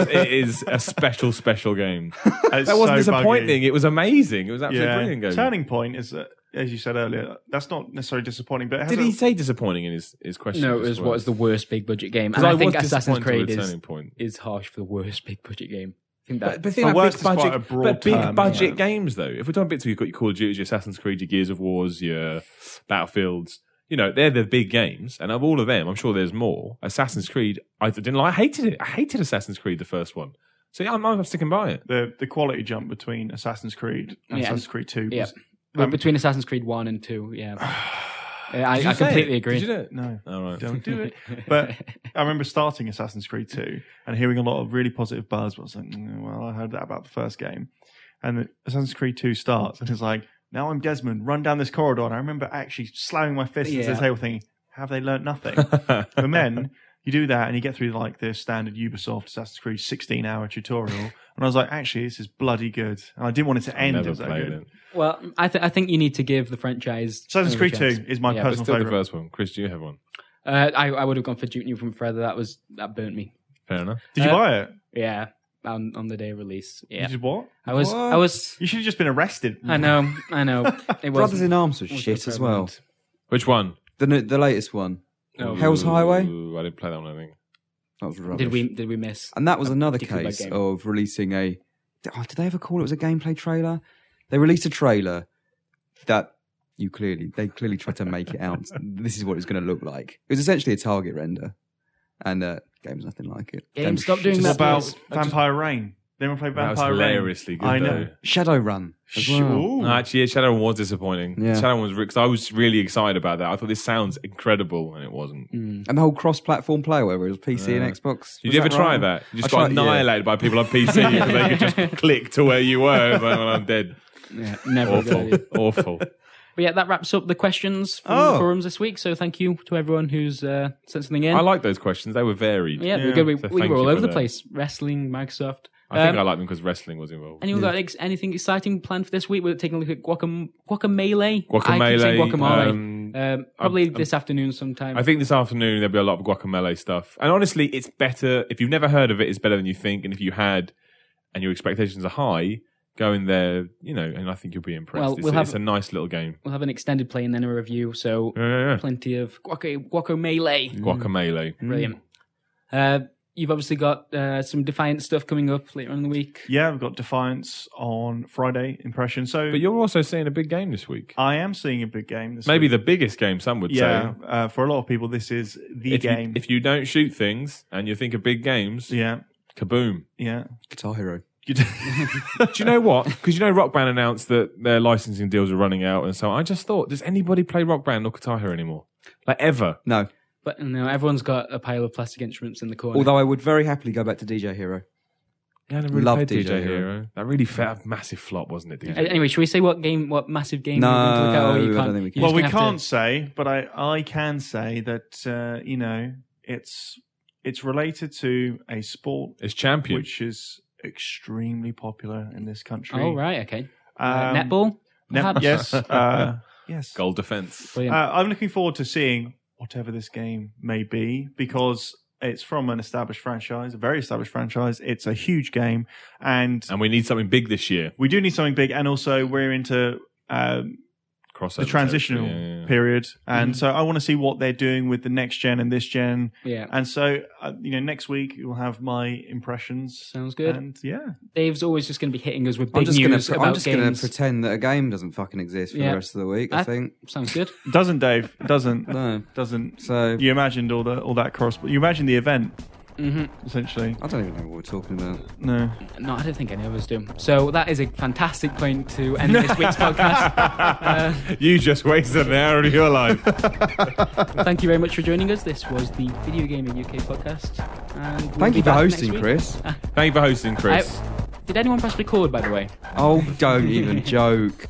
S4: it is a special, special game. That wasn't disappointing. It was amazing. It was absolutely brilliant game.
S2: Turning point is that, as you said earlier, that's not necessarily disappointing, but it has
S4: Did
S2: a-
S4: he say disappointing in his, his question?
S5: No, it
S4: just
S5: was
S4: was?
S5: what is the worst big budget game?
S4: 'Cause
S5: And I,
S4: was
S5: think Assassin's
S4: disappointed with
S5: Creed is,
S4: Turning Point.
S5: is harsh for the worst big budget game. I think
S4: But,
S5: that
S4: but,
S2: But
S4: think about
S2: worst
S4: big
S2: is quite
S4: budget,
S2: a broad
S4: but big
S2: term,
S4: budget
S2: yeah.
S4: games though. If we're talking bits, you've got your Call of Duty, your Assassin's Creed, your Gears of Wars, your Battlefields. You know, they're the big games, and of all of them, I'm sure there's more. Assassin's Creed, I didn't like. I hated it. I hated Assassin's Creed, the first one. So yeah, I'm, I'm sticking by it.
S2: the, the quality jump between Assassin's Creed and
S5: Yeah.
S2: Assassin's Creed 2 was,
S5: Yeah.
S2: Um,
S5: between Assassin's Creed One and Two, yeah, Uh, I, I completely agree.
S2: No,
S4: All right.
S2: don't do it. But I remember starting Assassin's Creed 2 and hearing a lot of really positive buzz, but I was like, "Mm, well, I heard that about the first game. And the Assassin's Creed 2 starts, and it's like, now I'm Desmond, run down this corridor. And I remember actually slamming my fist into the
S5: Yeah.
S2: table thinking, have they learnt nothing? and then you do that and you get through like the standard Ubisoft Assassin's Creed 16 hour tutorial. And I was like, actually, this is bloody good. And I didn't want it to end
S4: Never
S2: as that
S4: played
S2: good.
S4: it.
S5: Well, I, th- I think you need to give the franchise
S2: Assassin's
S5: another
S2: Creed
S5: chance.
S2: 2 is my
S5: Yeah, but
S4: But
S2: personal
S4: still, the
S2: favorite.
S4: first one. Chris, do you have one?
S5: Uh, I I would have gone for Duke Nukem Forever. That was that burnt me.
S4: Fair enough.
S2: Did you
S5: Uh,
S2: buy it?
S5: Yeah, on on the day of release.
S2: You
S5: Yeah,
S2: did what?
S5: I was I was.
S2: You should have just been arrested.
S5: I know, I know. It was
S1: Brothers in Arms was shit as well.
S4: Which one?
S1: The, n- the latest one.
S5: Oh.
S1: Hell's Highway?
S4: Ooh, I didn't play that one. I think.
S1: That was rubbish.
S5: Did we did we miss?
S1: And that was another
S5: particular
S1: case
S5: game.
S1: of releasing a. Oh, did they ever call it was a gameplay trailer? They released a trailer that you clearly they clearly tried to make it out. This is what it's going to look like. It was essentially a target render, and uh, game's nothing like it.
S5: Game,
S1: Game's
S5: stop doing
S1: shit.
S2: What
S5: that.
S2: about
S5: please.
S2: Vampire Rain? They ever play
S4: That was
S2: Vampire Rain?
S4: hilariously good.
S2: I
S4: though.
S2: know.
S1: Shadowrun. As well.
S2: Sure.
S4: No, actually, yeah, Shadowrun was disappointing.
S1: Yeah.
S4: Shadowrun was because I was really excited about that. I thought this sounds incredible, and it wasn't.
S1: And the whole cross-platform play where it was PC and Xbox.
S4: Uh, Did
S1: Mm. Was
S4: you ever
S1: that
S4: try
S1: right?
S4: that? You just
S1: I
S4: got
S1: tried- yeah.
S4: annihilated by people on PC because they could just click to where you were. It's like, well, I'm dead.
S5: Yeah, never. a good
S4: Awful,
S5: idea.
S4: awful.
S5: But yeah, that wraps up the questions from the
S1: Oh.
S5: forums this week. So thank you to everyone who's uh, sent something in.
S4: I like those questions. They were varied.
S5: yeah, we're good. We,
S4: So
S5: we
S4: thank you
S5: were all
S4: for
S5: over the
S4: that.
S5: place. Wrestling, Microsoft.
S4: I think
S5: Um,
S4: I like them because wrestling was involved.
S5: Anyone got ex- anything exciting planned for this week? We're taking a look at guacam- guacamole. I keep
S4: Guacamole.
S5: saying guacamole. Um,
S4: um,
S5: probably this afternoon sometime.
S4: I think this afternoon there'll be a lot of guacamole stuff. And honestly, it's better if you've never heard of it. It's better than you think. And if you had, and your expectations are high, go in there. You know, and I think you'll be impressed.
S5: Well,
S4: it's,
S5: we'll have-
S4: it's a nice little game.
S5: we'll have an extended play and then a review. So
S4: Yeah, yeah, yeah.
S5: plenty of guac- guacamole.
S4: Guacamole.
S1: Mm,
S5: Brilliant. Uh, you've obviously got uh, some Defiant stuff coming up later on in the week.
S2: Yeah, we've got Defiance on Friday impression. So
S4: But you're also seeing a big game this week.
S2: I am seeing a big game. This
S4: Maybe
S2: week.
S4: the biggest game. Some would
S2: Uh, yeah.
S4: say.
S2: Uh, for a lot of people, this is the
S4: If you,
S2: game.
S4: if you don't shoot things and you think of big games,
S2: yeah,
S4: kaboom.
S2: yeah.
S1: Guitar Hero.
S2: You d-
S4: Do you know what? Because you know Rock Band announced that their licensing deals are running out, and so I just thought, does anybody play Rock Band or Guitar Hero anymore? Like ever?
S1: No,
S5: But you know, everyone's got a pile of plastic instruments in the corner.
S1: Although I would very happily go back to DJ Hero.
S4: Yeah, I never really
S1: Love
S4: played
S1: DJ
S4: DJ,
S1: Hero.
S4: Hero. That really fat, massive flop, wasn't it, DJ?
S5: A- Uh, Anyway, should we say what game, what massive game?
S1: No,
S5: we're going to look at? Or
S1: I
S5: you
S1: don't
S5: can't,
S1: think we
S5: you're
S1: can.
S5: just
S2: well, we
S5: gonna have to-
S2: can't say, but I, I can say that uh, you know it's it's related to a sport
S4: It's champion.
S2: which is extremely popular in this country.
S5: Oh right, okay. Uh,
S2: Um,
S5: Netball.
S2: net-
S5: perhaps?
S2: yes. Uh, yes.
S4: Goal defense.
S2: Uh,
S5: Brilliant.
S2: I'm looking forward to seeing whatever this game may be because it's from an established franchise, a very established franchise. It's a huge game, and
S4: And we need something big this year.
S2: we do need something big. And also, we're into um,
S4: Crossover.
S2: the transitional
S4: territory. Yeah, Mm-hmm. yeah, yeah.
S2: period, and so I want to see what they're doing with the next gen and this gen.
S5: yeah,
S2: And so, uh, you know, next week you'll have my impressions.
S5: sounds good.
S2: And yeah,
S5: Dave's always just going to be hitting us with big
S1: I'm just
S5: news
S1: gonna
S5: about
S1: I'm just gonna
S5: games.
S1: pretend that a game doesn't fucking exist for
S5: Yeah.
S1: the rest of the week. I,
S5: I-
S1: think
S5: Sounds good.
S2: doesn't Dave? Doesn't
S1: no.
S2: doesn't.
S1: So
S2: You imagined all the all that correspondence. You imagined the event essentially.
S1: I don't even know what we're talking about.
S2: No.
S5: Mm-hmm. No, I don't think any of us do. So that is a fantastic point to end this week's podcast. Uh,
S4: You just wasted an hour of your life.
S5: Thank you very much for joining us. This was the Video Gaming UK podcast. And we'll
S1: Thank
S5: be
S1: you for
S5: back next
S1: hosting,
S5: week.
S1: Chris.
S4: Thank you for hosting, Chris.
S5: I- Did anyone press record, by the way?
S1: Oh, don't even joke.